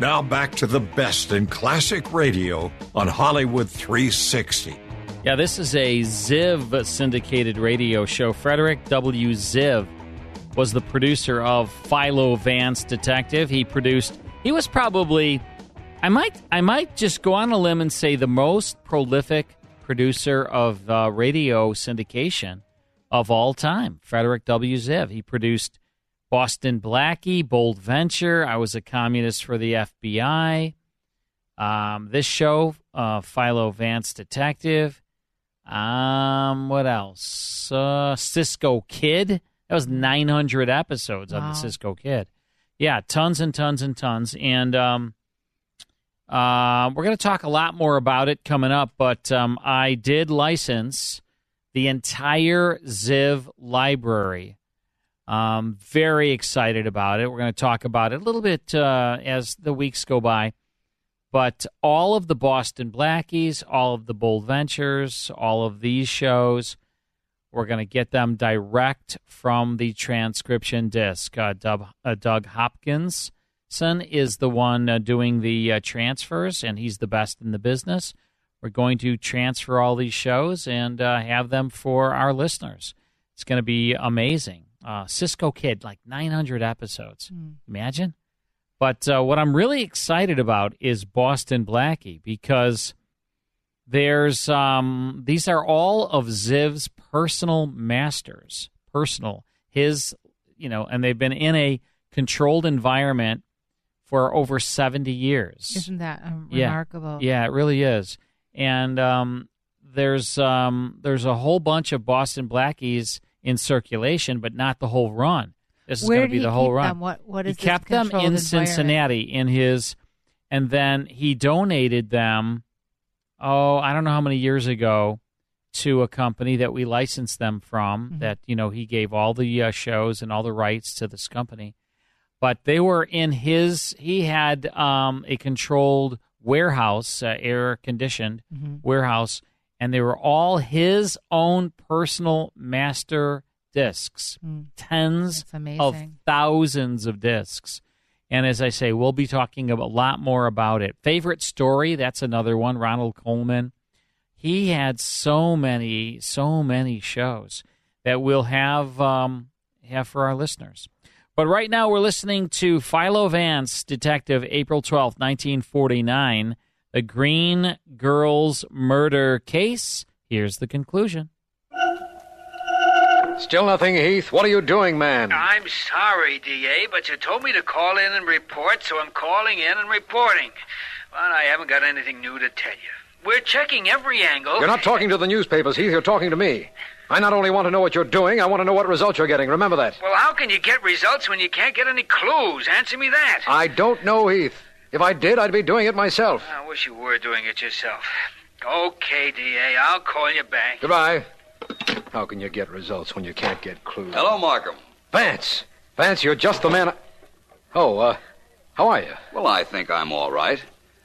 [SPEAKER 1] Now back to the best in classic radio on Hollywood 360.
[SPEAKER 6] Yeah, this is a Ziv syndicated radio show. Frederick W. Ziv was the producer of Philo Vance Detective. He produced. He was probably. I might. I might just go on a limb and say the most prolific producer of uh, radio syndication of all time. Frederick W. Ziv. He produced Boston Blackie, Bold Venture. I was a communist for the FBI. Um, this show, uh, Philo Vance Detective. Um, what else? Uh, Cisco Kid. That was 900 episodes on
[SPEAKER 20] Wow.
[SPEAKER 6] the Cisco Kid. Yeah, tons and tons and tons. And um, uh, we're going to talk a lot more about it coming up, but um, I did license the entire Ziv library. Um, very excited about it. We're going to talk about it a little bit uh, as the weeks go by. But all of the Boston Blackies, all of the Bold Ventures, all of these shows, we're going to get them direct from the transcription disc. Uh, Doug, uh, Doug Hopkinson is the one uh, doing the uh, transfers, and he's the best in the business. We're going to transfer all these shows and uh, have them for our listeners. It's going to be amazing. Uh, Cisco Kid, like 900 episodes. Imagine. But uh, what I'm really excited about is Boston Blackie because there's um, these are all of Ziv's personal masters, personal his, you know, and they've been in a controlled environment for over 70 years.
[SPEAKER 5] (laughs) Isn't that um,
[SPEAKER 6] Yeah.
[SPEAKER 5] remarkable?
[SPEAKER 6] Yeah, it really is. And um, there's um, there's a whole bunch of Boston Blackies in circulation, but not the whole run. This is
[SPEAKER 5] Where
[SPEAKER 6] going to
[SPEAKER 5] did
[SPEAKER 6] be
[SPEAKER 5] he
[SPEAKER 6] the whole
[SPEAKER 5] keep
[SPEAKER 6] run.
[SPEAKER 5] them? What- what
[SPEAKER 6] he
[SPEAKER 5] is this
[SPEAKER 6] kept them
[SPEAKER 5] controlled
[SPEAKER 6] in
[SPEAKER 5] environment?
[SPEAKER 6] Cincinnati in his, and then he donated them. Oh, I don't know how many years ago, to a company that we licensed them from.
[SPEAKER 5] Mm-hmm.
[SPEAKER 6] That you know he gave all the uh, shows and all the rights to this company, but they were in his. He had um, a controlled warehouse, uh, air conditioned
[SPEAKER 5] Mhm.
[SPEAKER 6] warehouse, and they were all his own personal master discs tens of
[SPEAKER 5] amazing.
[SPEAKER 6] thousands of discs. And as I say, we'll be talking a lot more about it. Favorite story, that's another one, Ronald Coleman. He had so many, so many shows that we'll have um, have for our listeners. But right now we're listening to Philo Vance, Detective, April twelfth, 1949, The Green Girls Murder Case. Here's the conclusion.
[SPEAKER 15] Still nothing, Heath. What are you doing, man?
[SPEAKER 16] I'm sorry, DA, but you told me to call in and report, so I'm calling in and reporting. Well, I haven't got anything new to tell you. We're checking every angle.
[SPEAKER 15] You're not talking to the newspapers, Heath. You're talking to me. I not only want to know what you're doing, I want to know what results you're getting. Remember that.
[SPEAKER 16] Well, how can you get results when you can't get any clues? Answer me that.
[SPEAKER 15] I don't know, Heath. If I did, I'd be doing it myself.
[SPEAKER 16] I wish you were doing it yourself. Okay, DA, I'll call you back.
[SPEAKER 15] Goodbye. How can you get results when you can't get clues?
[SPEAKER 12] Hello, Markham.
[SPEAKER 15] Vance. Vance, you're just the man. I... Oh, uh, how are you?
[SPEAKER 12] Well, I think I'm all right.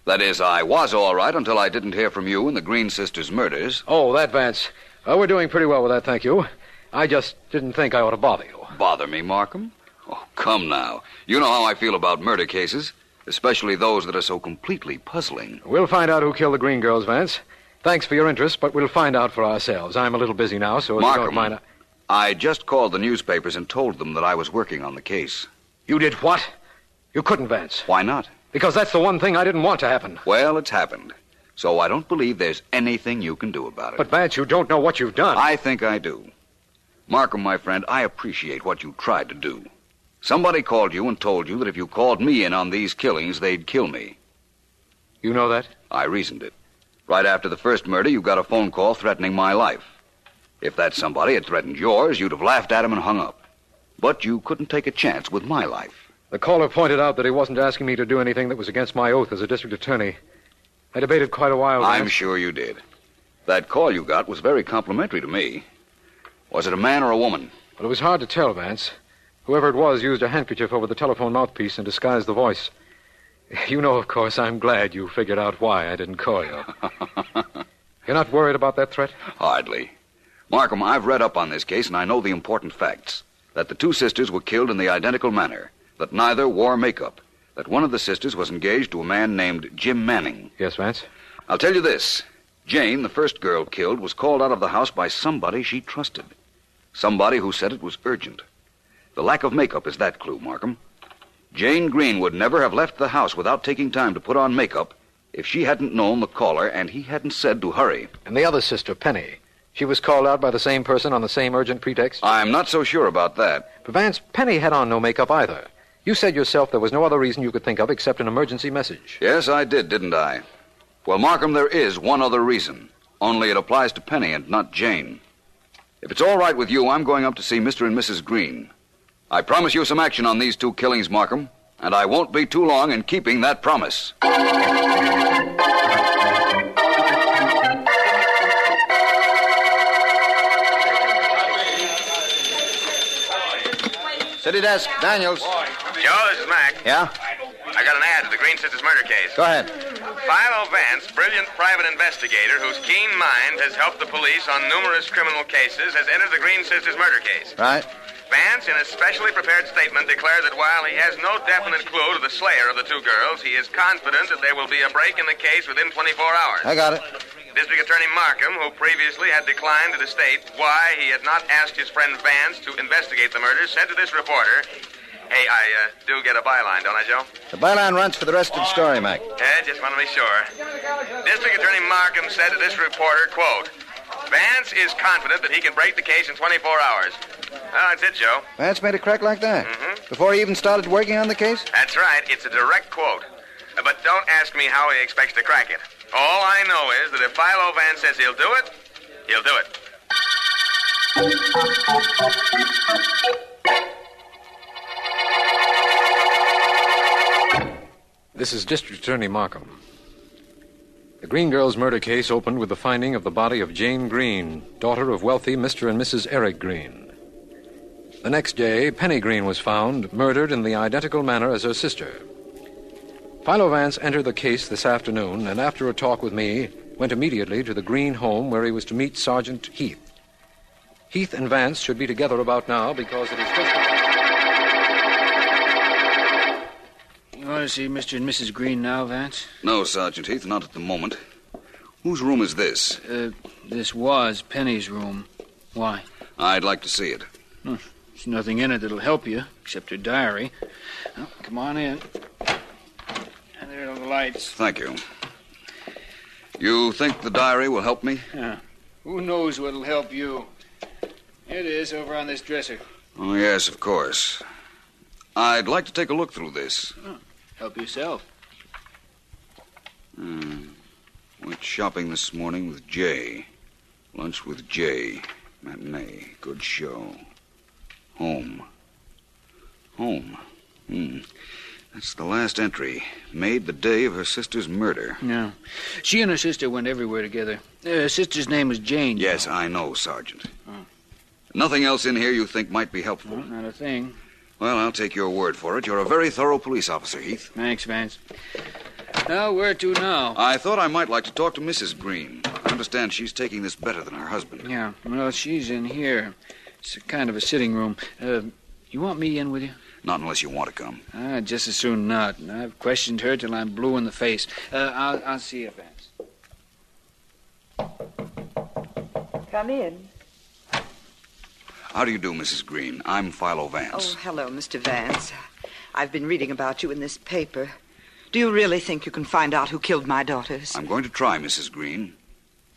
[SPEAKER 12] That is, I was all right until I didn't hear from you in the Green Sisters murders.
[SPEAKER 15] Oh, that Vance. Uh, we're doing pretty well with that, thank you. I just didn't think I ought to bother you.
[SPEAKER 12] Bother me, Markham? Oh, come now. You know how I feel about murder cases, especially those that are so completely puzzling.
[SPEAKER 15] We'll find out who killed the Green Girls, Vance. Thanks for your interest, but we'll find out for ourselves. I'm a little busy now, so if you
[SPEAKER 12] Markham,
[SPEAKER 15] don't mind. I-
[SPEAKER 12] I just called the newspapers and told them that I was working on the case.
[SPEAKER 15] You did what? You couldn't, Vance.
[SPEAKER 12] Why not?
[SPEAKER 15] Because that's the one thing I didn't want to happen.
[SPEAKER 12] Well, it's happened. So I don't believe there's anything you can do about it.
[SPEAKER 15] But, Vance, you don't know what you've done.
[SPEAKER 12] I think I do. Markham, my friend, I appreciate what you tried to do. Somebody called you and told you that if you called me in on these killings, they'd kill me.
[SPEAKER 15] You know that?
[SPEAKER 12] I reasoned it. Right after the first murder, you got a phone call threatening my life. If that somebody had threatened yours, you'd have laughed at him and hung up. But you couldn't take a chance with my life.
[SPEAKER 15] The caller pointed out that he wasn't asking me to do anything that was against my oath as a district attorney. I debated quite a while.
[SPEAKER 12] I'm
[SPEAKER 15] Vance.
[SPEAKER 12] sure you did. That call you got was very complimentary to me. Was it a man or a woman?
[SPEAKER 15] But it was hard to tell, Vance. Whoever it was used a handkerchief over the telephone mouthpiece and disguised the voice. You know, of course, I'm glad you figured out why I didn't call you. You're not worried about that threat?
[SPEAKER 12] Hardly. Markham, I've read up on this case and I know the important facts. That the two sisters were killed in the identical manner, that neither wore makeup, that one of the sisters was engaged to a man named Jim Manning.
[SPEAKER 15] Yes, Vance?
[SPEAKER 12] I'll tell you this Jane, the first girl killed, was called out of the house by somebody she trusted. Somebody who said it was urgent. The lack of makeup is that clue, Markham. Jane Green would never have left the house without taking time to put on makeup if she hadn't known the caller and he hadn't said to hurry.
[SPEAKER 15] And the other sister, Penny. She was called out by the same person on the same urgent pretext?
[SPEAKER 12] I'm not so sure about that.
[SPEAKER 15] But Vance, Penny had on no makeup either. You said yourself there was no other reason you could think of except an emergency message.
[SPEAKER 12] Yes, I did, didn't I? Well, Markham, there is one other reason. Only it applies to Penny and not Jane. If it's all right with you, I'm going up to see Mr. and Mrs. Green. I promise you some action on these two killings, Markham, and I won't be too long in keeping that promise.
[SPEAKER 17] City desk, Daniels.
[SPEAKER 14] Joe, this is Mac.
[SPEAKER 17] Yeah?
[SPEAKER 14] I got an ad to the Green Sisters murder case.
[SPEAKER 17] Go ahead.
[SPEAKER 14] Philo Vance, brilliant private investigator whose keen mind has helped the police on numerous criminal cases, has entered the Green Sisters murder case.
[SPEAKER 17] Right?
[SPEAKER 14] Vance, in a specially prepared statement, declared that while he has no definite clue to the slayer of the two girls, he is confident that there will be a break in the case within 24 hours.
[SPEAKER 17] I got it.
[SPEAKER 14] District Attorney Markham, who previously had declined to state why he had not asked his friend Vance to investigate the murder, said to this reporter, Hey, I uh, do get a byline, don't I, Joe?
[SPEAKER 17] The byline runs for the rest of the story, Mac.
[SPEAKER 14] Eh, just want to be sure. District Attorney Markham said to this reporter, quote, Vance is confident that he can break the case in 24 hours. Well, that's it, Joe.
[SPEAKER 17] Vance made a crack like that. Before he even started working on the case?
[SPEAKER 14] That's right. It's a direct quote. Uh, But don't ask me how he expects to crack it. All I know is that if Philo Vance says he'll do it, he'll do it.
[SPEAKER 15] This is District Attorney Markham. The Green Girls murder case opened with the finding of the body of Jane Green, daughter of wealthy Mr. and Mrs. Eric Green. The next day, Penny Green was found, murdered in the identical manner as her sister. Philo Vance entered the case this afternoon, and after a talk with me, went immediately to the Green home where he was to meet Sergeant Heath. Heath and Vance should be together about now because it is
[SPEAKER 16] You want to see Mr. and Mrs. Green now, Vance?
[SPEAKER 12] No, Sergeant Heath, not at the moment. Whose room is this?
[SPEAKER 16] Uh, this was Penny's room. Why?
[SPEAKER 12] I'd like to see it.
[SPEAKER 16] There's nothing in it that'll help you, except her diary. Well, come on in. And there are the lights.
[SPEAKER 12] Thank you. You think the diary will help me?
[SPEAKER 16] Yeah. Who knows what'll help you? Here it is over on this dresser.
[SPEAKER 12] Oh, yes, of course. I'd like to take a look through this.
[SPEAKER 16] Help yourself.
[SPEAKER 12] Hmm. Went shopping this morning with Jay. Lunch with Jay. Matinee. Good show. Home. Home. Hmm. That's the last entry. Made the day of her sister's murder.
[SPEAKER 16] Yeah. She and her sister went everywhere together. Her sister's name was Jane. Oh.
[SPEAKER 12] Yes, I know, Sergeant. Nothing else in here you think might be helpful?
[SPEAKER 16] Not a thing.
[SPEAKER 12] Well, I'll take your word for it. You're a very thorough police officer, Heath.
[SPEAKER 16] Thanks, Vance. Now, where to now?
[SPEAKER 12] I thought I might like to talk to Mrs. Green. I understand she's taking this better than her husband.
[SPEAKER 16] Yeah. Well, she's in here. It's a kind of a sitting room. Uh, you want me in with you?
[SPEAKER 12] Not unless you want to come.
[SPEAKER 16] Ah, just as soon not. And I've questioned her till I'm blue in the face. Uh, I'll, I'll see you, Vance.
[SPEAKER 19] Come in.
[SPEAKER 12] How do you do, Mrs. Green? I'm Philo Vance.
[SPEAKER 19] Oh, hello, Mr. Vance. I've been reading about you in this paper. Do you really think you can find out who killed my daughters?
[SPEAKER 12] I'm going to try, Mrs. Green.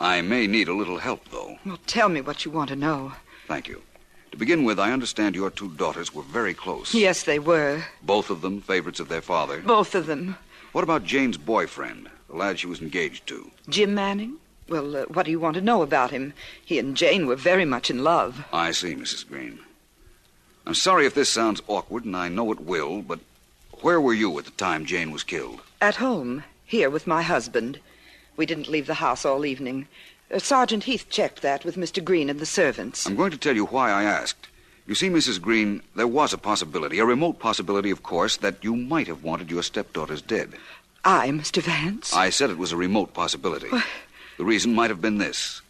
[SPEAKER 12] I may need a little help, though.
[SPEAKER 19] Well, tell me what you want to know.
[SPEAKER 12] Thank you. To begin with, I understand your two daughters were very close.
[SPEAKER 19] Yes, they were.
[SPEAKER 12] Both of them favorites of their father.
[SPEAKER 19] Both of them.
[SPEAKER 12] What about Jane's boyfriend, the lad she was engaged to?
[SPEAKER 19] Jim Manning? Well, uh, what do you want to know about him? He and Jane were very much in love.
[SPEAKER 12] I see, Mrs. Green. I'm sorry if this sounds awkward, and I know it will, but where were you at the time Jane was killed?
[SPEAKER 19] At home, here with my husband. We didn't leave the house all evening. Uh, Sergeant Heath checked that with Mr. Green and the servants.
[SPEAKER 12] I'm going to tell you why I asked. You see, Mrs. Green, there was a possibility, a remote possibility, of course, that you might have wanted your stepdaughters dead.
[SPEAKER 19] I, Mr. Vance?
[SPEAKER 12] I said it was a remote possibility. The reason might have been this.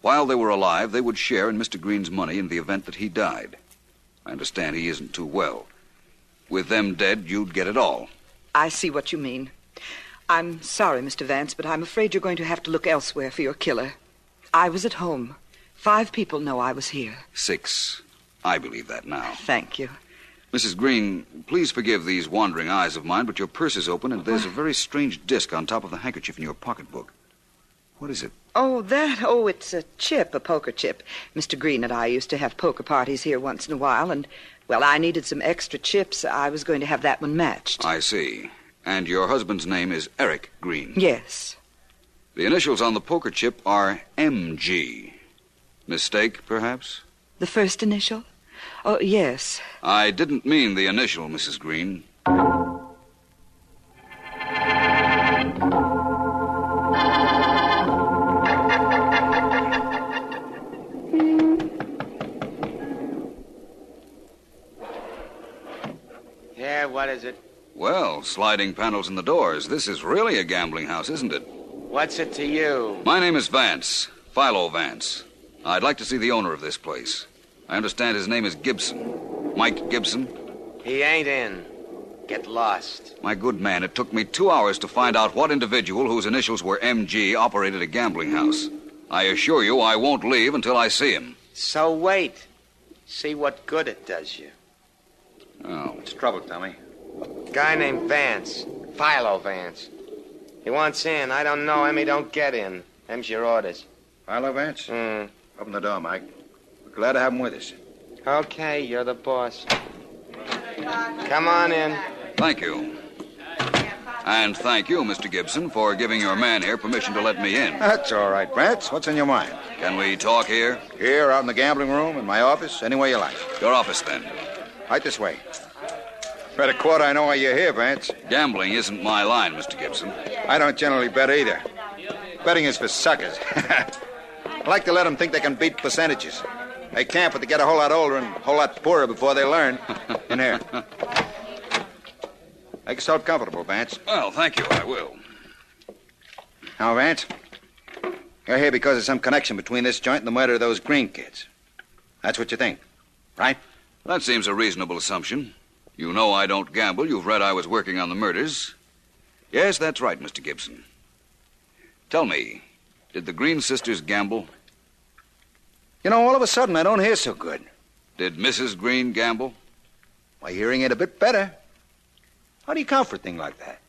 [SPEAKER 12] While they were alive, they would share in Mr. Green's money in the event that he died. I understand he isn't too well. With them dead, you'd get it all.
[SPEAKER 19] I see what you mean. I'm sorry, Mr. Vance, but I'm afraid you're going to have to look elsewhere for your killer. I was at home. Five people know I was here.
[SPEAKER 12] Six. I believe that now.
[SPEAKER 19] Thank you.
[SPEAKER 12] Mrs. Green, please forgive these wandering eyes of mine, but your purse is open and there's a very strange disc on top of the handkerchief in your pocketbook. What is it?
[SPEAKER 19] Oh, that. Oh, it's a chip, a poker chip. Mr. Green and I used to have poker parties here once in a while, and, well, I needed some extra chips. I was going to have that one matched.
[SPEAKER 12] I see. And your husband's name is Eric Green.
[SPEAKER 19] Yes.
[SPEAKER 12] The initials on the poker chip are MG. Mistake, perhaps?
[SPEAKER 19] The first initial? Oh, yes.
[SPEAKER 12] I didn't mean the initial, Mrs. Green.
[SPEAKER 3] Yeah, what is it?
[SPEAKER 12] Well, sliding panels in the doors. This is really a gambling house, isn't it?
[SPEAKER 3] What's it to you?
[SPEAKER 12] My name is Vance, Philo Vance. I'd like to see the owner of this place. I understand his name is Gibson. Mike Gibson?
[SPEAKER 3] He ain't in. Get lost.
[SPEAKER 12] My good man, it took me two hours to find out what individual whose initials were MG operated a gambling house. I assure you, I won't leave until I see him.
[SPEAKER 3] So wait. See what good it does you.
[SPEAKER 12] Oh, what's trouble, Tommy?
[SPEAKER 3] Guy named Vance. Philo Vance. He wants in. I don't know him. He don't get in. Them's your orders.
[SPEAKER 13] Philo Vance?
[SPEAKER 3] Mm.
[SPEAKER 13] Open the door, Mike. We're glad to have him with us.
[SPEAKER 3] Okay, you're the boss. Come on in.
[SPEAKER 12] Thank you. And thank you, Mr. Gibson, for giving your man here permission to let me in.
[SPEAKER 13] That's all right, Vance. What's in your mind?
[SPEAKER 12] Can we talk here?
[SPEAKER 13] Here, out in the gambling room, in my office, any way you like.
[SPEAKER 12] Your office, then.
[SPEAKER 13] Right this way.
[SPEAKER 21] Bet a quarter I know why you're here, Vance.
[SPEAKER 12] Gambling isn't my line, Mr. Gibson.
[SPEAKER 21] I don't generally bet either. Betting is for suckers. (laughs) I like to let them think they can beat percentages. They can't, but they get a whole lot older and a whole lot poorer before they (laughs) learn. In here. Make yourself comfortable, Vance.
[SPEAKER 12] Well, thank you, I will.
[SPEAKER 21] Now, Vance, you're here because of some connection between this joint and the murder of those green kids. That's what you think, right?
[SPEAKER 12] That seems a reasonable assumption. You know I don't gamble. You've read I was working on the murders. Yes, that's right, Mr. Gibson. Tell me, did the Green sisters gamble?
[SPEAKER 21] You know, all of a sudden, I don't hear so good.
[SPEAKER 12] Did Mrs. Green gamble?
[SPEAKER 21] My hearing it a bit better. How do you count for a thing like that?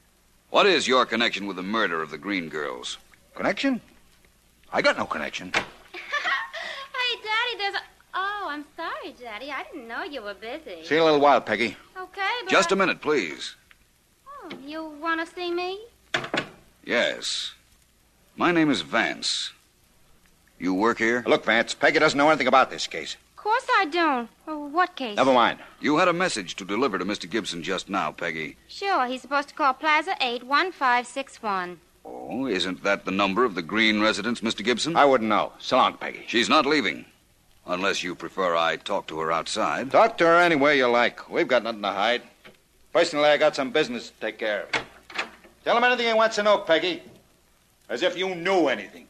[SPEAKER 12] What is your connection with the murder of the Green girls?
[SPEAKER 21] Connection? I got no connection.
[SPEAKER 4] (laughs) Hey, Daddy, there's. A... Oh, I'm sorry, Daddy. I didn't know you were busy.
[SPEAKER 21] See you in a little while, Peggy.
[SPEAKER 4] Okay, but.
[SPEAKER 12] Just
[SPEAKER 4] I-
[SPEAKER 12] a minute, please.
[SPEAKER 4] Oh, you want to see me?
[SPEAKER 12] Yes. My name is Vance. You work here?
[SPEAKER 21] Look, Vance, Peggy doesn't know anything about this case.
[SPEAKER 4] Of course I don't. Oh, what case?
[SPEAKER 21] Never mind.
[SPEAKER 12] You had a message to deliver to Mr. Gibson just now, Peggy.
[SPEAKER 4] Sure, he's supposed to call Plaza 81561.
[SPEAKER 12] Oh, isn't that the number of the Green residence, Mr. Gibson?
[SPEAKER 21] I wouldn't know. So long, Peggy.
[SPEAKER 12] She's not leaving. Unless you prefer I talk to her outside.
[SPEAKER 21] Talk to her any way you like. We've got nothing to hide. Personally, I got some business to take care of. Tell him anything he wants to know, Peggy. As if you knew anything.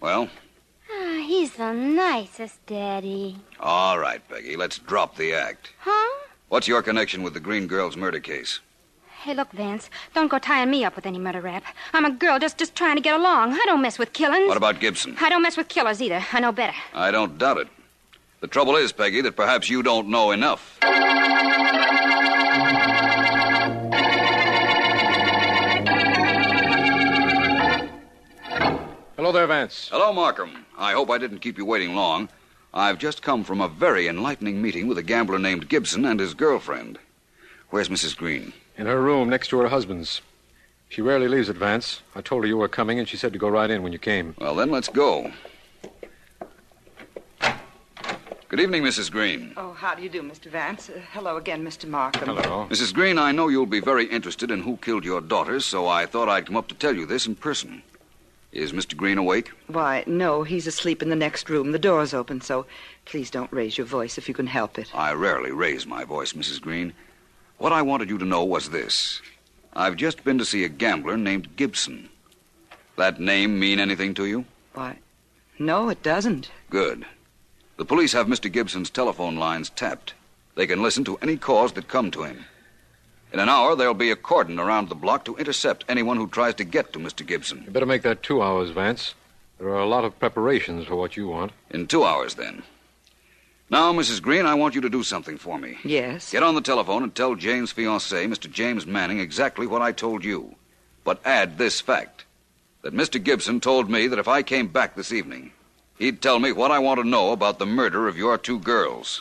[SPEAKER 12] Well,
[SPEAKER 4] (sighs) Ah, he's the nicest daddy.
[SPEAKER 12] all right, Peggy. Let's drop the act.
[SPEAKER 4] Huh?
[SPEAKER 12] What's your connection with the Green girl's murder case?
[SPEAKER 11] Hey, look, Vance, don't go tying me up with any murder rap. I'm a girl just just trying to get along. I don't mess with killings.
[SPEAKER 12] What about Gibson?
[SPEAKER 11] I don't mess with killers either. I know better.
[SPEAKER 12] I don't doubt it. The trouble is, Peggy, that perhaps you don't know enough.
[SPEAKER 15] Hello there, Vance.
[SPEAKER 12] Hello, Markham. I hope I didn't keep you waiting long. I've just come from a very enlightening meeting with a gambler named Gibson and his girlfriend. Where's Mrs. Green?
[SPEAKER 15] In her room next to her husband's. She rarely leaves it, Vance. I told her you were coming, and she said to go right in when you came.
[SPEAKER 12] Well, then let's go. Good evening, Mrs. Green.
[SPEAKER 19] Oh, how do you do, Mr. Vance? Uh, hello again, Mr. Markham.
[SPEAKER 15] Hello.
[SPEAKER 12] Mrs. Green, I know you'll be very interested in who killed your daughters, so I thought I'd come up to tell you this in person. Is Mr. Green awake?
[SPEAKER 19] Why, no, he's asleep in the next room. The door's open, so please don't raise your voice if you can help it.
[SPEAKER 12] I rarely raise my voice, Mrs. Green. What I wanted you to know was this I've just been to see a gambler named Gibson. That name mean anything to you?
[SPEAKER 19] Why, no, it doesn't.
[SPEAKER 12] Good. The police have Mr. Gibson's telephone lines tapped. They can listen to any calls that come to him. In an hour, there'll be a cordon around the block to intercept anyone who tries to get to Mr. Gibson.
[SPEAKER 15] You better make that two hours, Vance. There are a lot of preparations for what you want.
[SPEAKER 12] In two hours, then. Now, Mrs. Green, I want you to do something for me.
[SPEAKER 19] Yes?
[SPEAKER 12] Get on the telephone and tell Jane's fiancé, Mr. James Manning, exactly what I told you. But add this fact that Mr. Gibson told me that if I came back this evening, he'd tell me what I want to know about the murder of your two girls.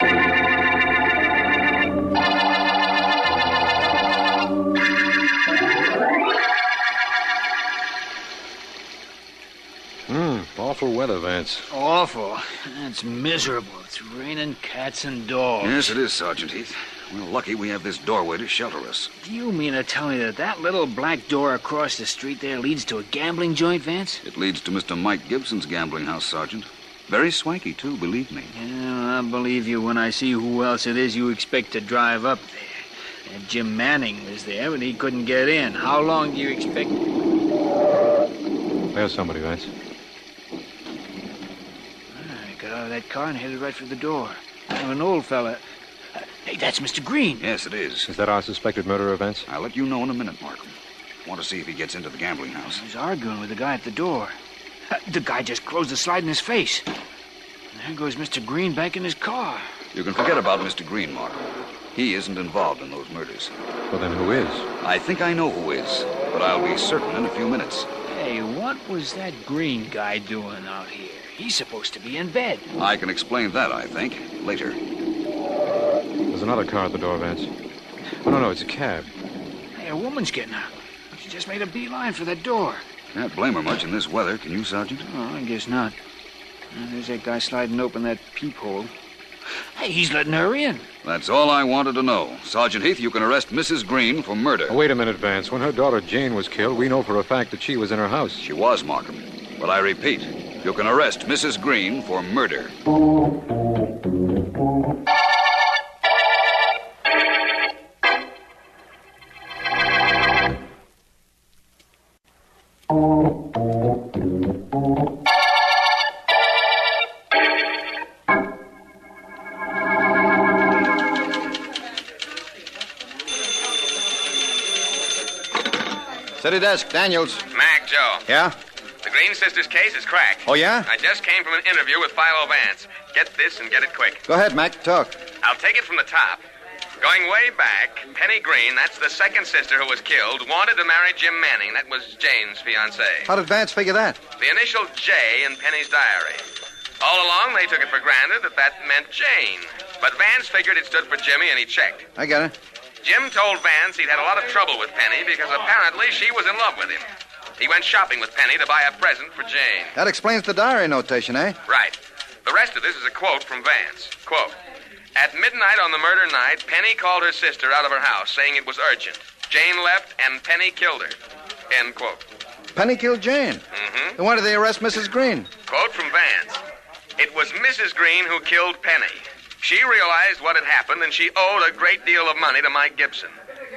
[SPEAKER 15] Hmm, awful weather, Vance.
[SPEAKER 16] Awful. It's miserable. It's raining cats and dogs.
[SPEAKER 12] Yes, it is, Sergeant Heath. We're lucky we have this doorway to shelter us.
[SPEAKER 16] Do you mean to tell me that that little black door across the street there leads to a gambling joint, Vance?
[SPEAKER 12] It leads to Mr. Mike Gibson's gambling house, Sergeant. Very swanky, too, believe me.
[SPEAKER 16] Yeah, I believe you when I see who else it is you expect to drive up there. And Jim Manning was there, but he couldn't get in. How long do you expect?
[SPEAKER 15] There's somebody, Vance.
[SPEAKER 16] I got out of that car and headed right for the door. I'm an old fella. Uh, hey, that's Mr. Green.
[SPEAKER 12] Yes, it is.
[SPEAKER 15] Is that our suspected murderer, Vance?
[SPEAKER 12] I'll let you know in a minute, Markham. Want to see if he gets into the gambling house.
[SPEAKER 16] He's arguing with the guy at the door. (laughs) Uh, The guy just closed the slide in his face. And There goes Mr. Green back in his car.
[SPEAKER 12] You can forget about Mr. Green, Markham. He isn't involved in those murders.
[SPEAKER 15] Well, then who is?
[SPEAKER 12] I think I know who is, but I'll be certain in a few minutes.
[SPEAKER 16] Hey, what was that Green guy doing out here? He's supposed to be in bed.
[SPEAKER 12] I can explain that, I think, later.
[SPEAKER 15] There's another car at the door, Vance. Oh, no, no, it's a cab.
[SPEAKER 16] Hey, a woman's getting out. She just made a beeline for that door.
[SPEAKER 12] Can't blame her much in this weather, can you, Sergeant?
[SPEAKER 16] Oh, I guess not. Uh, There's that guy sliding open that peephole. Hey, he's letting her in.
[SPEAKER 12] That's all I wanted to know. Sergeant Heath, you can arrest Mrs. Green for murder.
[SPEAKER 15] Wait a minute, Vance. When her daughter Jane was killed, we know for a fact that she was in her house.
[SPEAKER 12] She was, Markham. But I repeat, you can arrest Mrs. Green for murder.
[SPEAKER 21] City desk, Daniels.
[SPEAKER 14] Mac Joe.
[SPEAKER 21] Yeah?
[SPEAKER 14] The Green Sisters case is cracked.
[SPEAKER 21] Oh, yeah?
[SPEAKER 14] I just came from an interview with Philo Vance. Get this and get it quick.
[SPEAKER 21] Go ahead, Mac. Talk.
[SPEAKER 14] I'll take it from the top. Going way back, Penny Green, that's the second sister who was killed, wanted to marry Jim Manning. That was Jane's fiance.
[SPEAKER 21] How did Vance figure that?
[SPEAKER 14] The initial J in Penny's diary. All along, they took it for granted that that meant Jane. But Vance figured it stood for Jimmy, and he checked.
[SPEAKER 21] I got it.
[SPEAKER 14] Jim told Vance he'd had a lot of trouble with Penny because apparently she was in love with him. He went shopping with Penny to buy a present for Jane.
[SPEAKER 21] That explains the diary notation, eh?
[SPEAKER 14] Right. The rest of this is a quote from Vance. Quote At midnight on the murder night, Penny called her sister out of her house, saying it was urgent. Jane left, and Penny killed her. End quote.
[SPEAKER 21] Penny killed Jane.
[SPEAKER 14] Mm-hmm.
[SPEAKER 21] Then why did they arrest Mrs. Green?
[SPEAKER 14] Quote from Vance It was Mrs. Green who killed Penny. She realized what had happened, and she owed a great deal of money to Mike Gibson.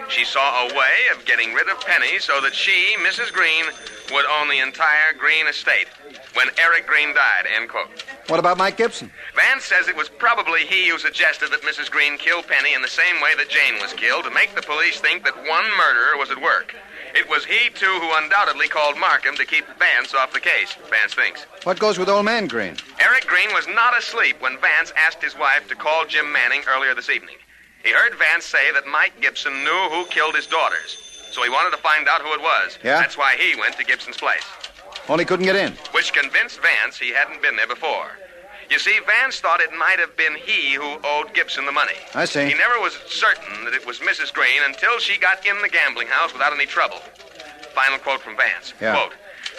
[SPEAKER 14] She saw a way of getting rid of Penny so that she, Mrs. Green, would own the entire Green estate when Eric Green died. End quote.
[SPEAKER 21] What about Mike Gibson?
[SPEAKER 14] Vance says it was probably he who suggested that Mrs. Green kill Penny in the same way that Jane was killed to make the police think that one murderer was at work. It was he, too, who undoubtedly called Markham to keep Vance off the case, Vance thinks.
[SPEAKER 21] What goes with old man Green?
[SPEAKER 14] Eric Green was not asleep when Vance asked his wife to call Jim Manning earlier this evening. He heard Vance say that Mike Gibson knew who killed his daughters, so he wanted to find out who it was.
[SPEAKER 21] Yeah?
[SPEAKER 14] That's why he went to Gibson's place,
[SPEAKER 21] Only couldn't get in.
[SPEAKER 14] which convinced Vance he hadn't been there before. You see, Vance thought it might have been he who owed Gibson the money.
[SPEAKER 21] I see.
[SPEAKER 14] He never was certain that it was Mrs. Green until she got in the gambling house without any trouble. Final quote from Vance.
[SPEAKER 21] Yeah.
[SPEAKER 14] Quote.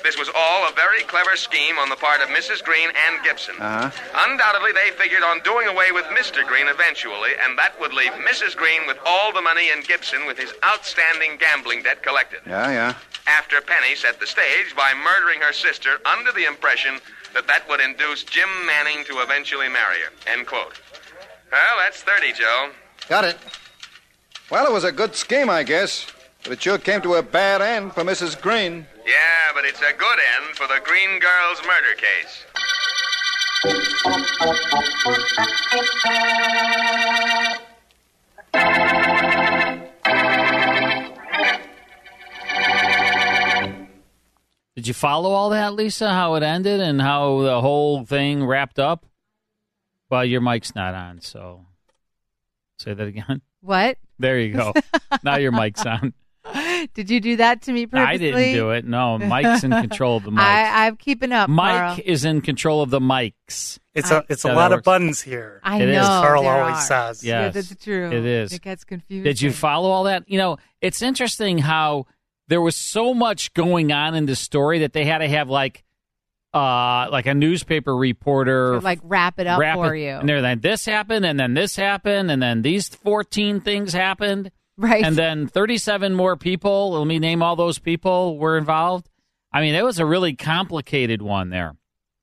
[SPEAKER 14] This was all a very clever scheme on the part of Mrs. Green and Gibson.
[SPEAKER 21] Uh-huh.
[SPEAKER 14] Undoubtedly, they figured on doing away with Mr. Green eventually, and that would leave Mrs. Green with all the money and Gibson with his outstanding gambling debt collected.
[SPEAKER 21] Yeah, yeah.
[SPEAKER 14] After Penny set the stage by murdering her sister under the impression that that would induce Jim Manning to eventually marry her. End quote. Well, that's 30, Joe.
[SPEAKER 21] Got it. Well, it was a good scheme, I guess. But it sure came to a bad end for Mrs. Green.
[SPEAKER 14] Yeah, but it's a good end for the Green Girl's murder case.
[SPEAKER 6] Did you follow all that, Lisa? How it ended and how the whole thing wrapped up? Well, your mic's not on, so say that again. (laughs)
[SPEAKER 5] What? (gasps)
[SPEAKER 6] There you go. now your mic's on.
[SPEAKER 5] Did you do that to me
[SPEAKER 6] I
[SPEAKER 5] purposely?
[SPEAKER 6] didn't do it.
[SPEAKER 5] (laughs)
[SPEAKER 6] No, Mike's Oh, in control of the mic.
[SPEAKER 5] I, I'm keeping up,
[SPEAKER 6] Mike
[SPEAKER 5] Carl.
[SPEAKER 6] is in control of the mics.
[SPEAKER 7] It's a it's a
[SPEAKER 6] Yeah, that
[SPEAKER 7] lot of
[SPEAKER 6] works.
[SPEAKER 7] buttons here.
[SPEAKER 5] I
[SPEAKER 6] It
[SPEAKER 5] know.
[SPEAKER 6] is.
[SPEAKER 7] Carl
[SPEAKER 5] there
[SPEAKER 7] always
[SPEAKER 5] are.
[SPEAKER 7] says.
[SPEAKER 5] Yeah,
[SPEAKER 6] Yes,
[SPEAKER 5] that's true.
[SPEAKER 6] It is.
[SPEAKER 5] It gets confusing.
[SPEAKER 6] Did you follow all that? You know, it's interesting how there was so much going on in the story that they had to have like, uh, like a newspaper reporter
[SPEAKER 5] like wrap it up
[SPEAKER 6] wrap
[SPEAKER 5] for
[SPEAKER 6] it-
[SPEAKER 5] you?
[SPEAKER 6] And there, then this happened, and then this happened, and then these fourteen things happened,
[SPEAKER 5] Right.
[SPEAKER 6] And then thirty-seven more people. Let me name all those people were involved. I mean, it was a really complicated one there,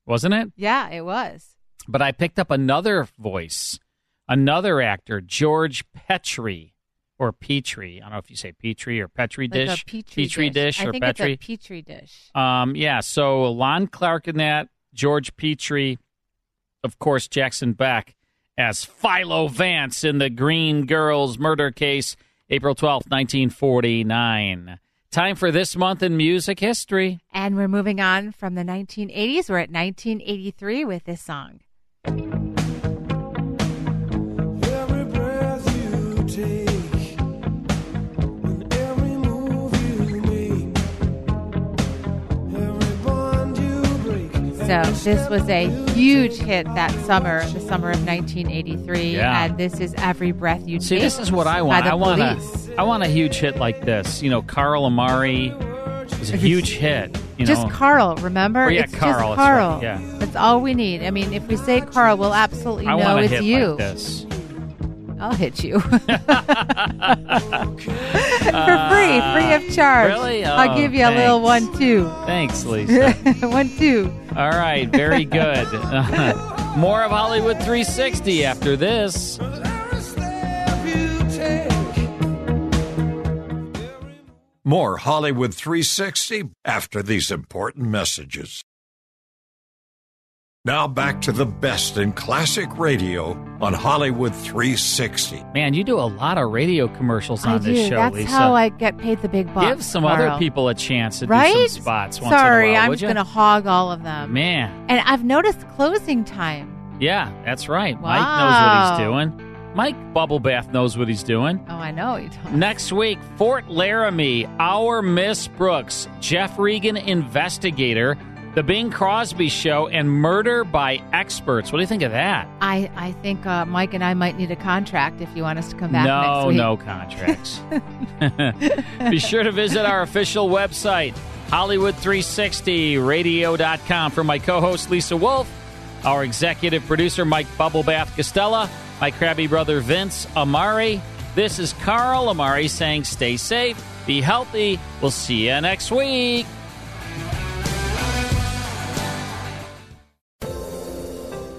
[SPEAKER 6] wasn't it?
[SPEAKER 5] yeah, it was.
[SPEAKER 6] But I picked up another voice, another actor, George Petrie or Petrie. I don't know if you say Petrie or Petrie
[SPEAKER 5] Like
[SPEAKER 6] dish,
[SPEAKER 5] a petri,
[SPEAKER 6] dish,
[SPEAKER 5] I
[SPEAKER 6] or
[SPEAKER 5] think
[SPEAKER 6] Petrie.
[SPEAKER 5] it's a petri dish.
[SPEAKER 6] Um, yeah, so Lon Clark in that, George Petrie, of course, Jackson Beck as Philo Vance in the Green Girls murder case, April 12th, 1949. Time for this month in music history.
[SPEAKER 5] And we're moving on from the 1980s. We're at 1983 with this song. So this was a huge hit that summer, the summer of 1983,
[SPEAKER 6] Yeah.
[SPEAKER 5] and this is "Every Breath You
[SPEAKER 6] See,
[SPEAKER 5] Take."
[SPEAKER 6] this is what I
[SPEAKER 5] by
[SPEAKER 6] want.
[SPEAKER 5] the
[SPEAKER 6] I want
[SPEAKER 5] Police.
[SPEAKER 6] a, I want a huge hit like this. You know, Carl Amari is a huge hit. you
[SPEAKER 5] just
[SPEAKER 6] know.
[SPEAKER 5] Carl, remember?
[SPEAKER 6] Oh, yeah,
[SPEAKER 5] it's
[SPEAKER 6] Carl,
[SPEAKER 5] Just
[SPEAKER 6] that's right,
[SPEAKER 5] Carl.
[SPEAKER 6] yeah.
[SPEAKER 5] That's all we need. I mean, if we say Carl, we'll absolutely
[SPEAKER 6] I
[SPEAKER 5] know
[SPEAKER 6] want a
[SPEAKER 5] it's
[SPEAKER 6] hit
[SPEAKER 5] you.
[SPEAKER 6] like this.
[SPEAKER 5] I'll
[SPEAKER 6] (laughs)
[SPEAKER 5] hit you. For free,
[SPEAKER 6] Uh,
[SPEAKER 5] free of charge.
[SPEAKER 6] really?
[SPEAKER 5] I'll
[SPEAKER 6] Oh,
[SPEAKER 5] give you a little one two. (laughs)
[SPEAKER 6] Thanks, Lisa.
[SPEAKER 5] one two.
[SPEAKER 6] All right, very good. (laughs) More of Hollywood 360 after this.
[SPEAKER 1] More Hollywood 360 after these important messages. Now back to the best in classic radio on Hollywood 360.
[SPEAKER 6] Man, you do a lot of radio commercials on
[SPEAKER 5] I
[SPEAKER 6] this
[SPEAKER 5] do.
[SPEAKER 6] show,
[SPEAKER 5] That's
[SPEAKER 6] Lisa.
[SPEAKER 5] how I get paid the big bucks.
[SPEAKER 6] Give some
[SPEAKER 5] Carl.
[SPEAKER 6] other people a chance to
[SPEAKER 5] right?
[SPEAKER 6] do some spots once
[SPEAKER 5] Sorry,
[SPEAKER 6] in a while,
[SPEAKER 5] I'm
[SPEAKER 6] would you?
[SPEAKER 5] going to hog all of them.
[SPEAKER 6] Man,
[SPEAKER 5] And I've noticed closing time.
[SPEAKER 6] yeah, that's right.
[SPEAKER 5] Wow.
[SPEAKER 6] Mike knows what he's doing. Mike Bubblebath knows what he's doing.
[SPEAKER 5] Oh, I know you don't.
[SPEAKER 6] Next week, Fort Laramie, Our Miss Brooks, Jeff Regan Investigator, The Bing Crosby Show, and Murder by Experts. What do you think of that?
[SPEAKER 5] I, I think uh, Mike and I might need a contract if you want us to come back next
[SPEAKER 6] no,
[SPEAKER 5] week.
[SPEAKER 6] no contracts.
[SPEAKER 5] (laughs)
[SPEAKER 6] Be sure to visit our official website, Hollywood360radio.com. For my co host, Lisa Wolf, our executive producer, Mike Bubblebath Costella, my crabby brother, Vince Amari. This is Carl Amari saying stay safe, be healthy. We'll see you next week.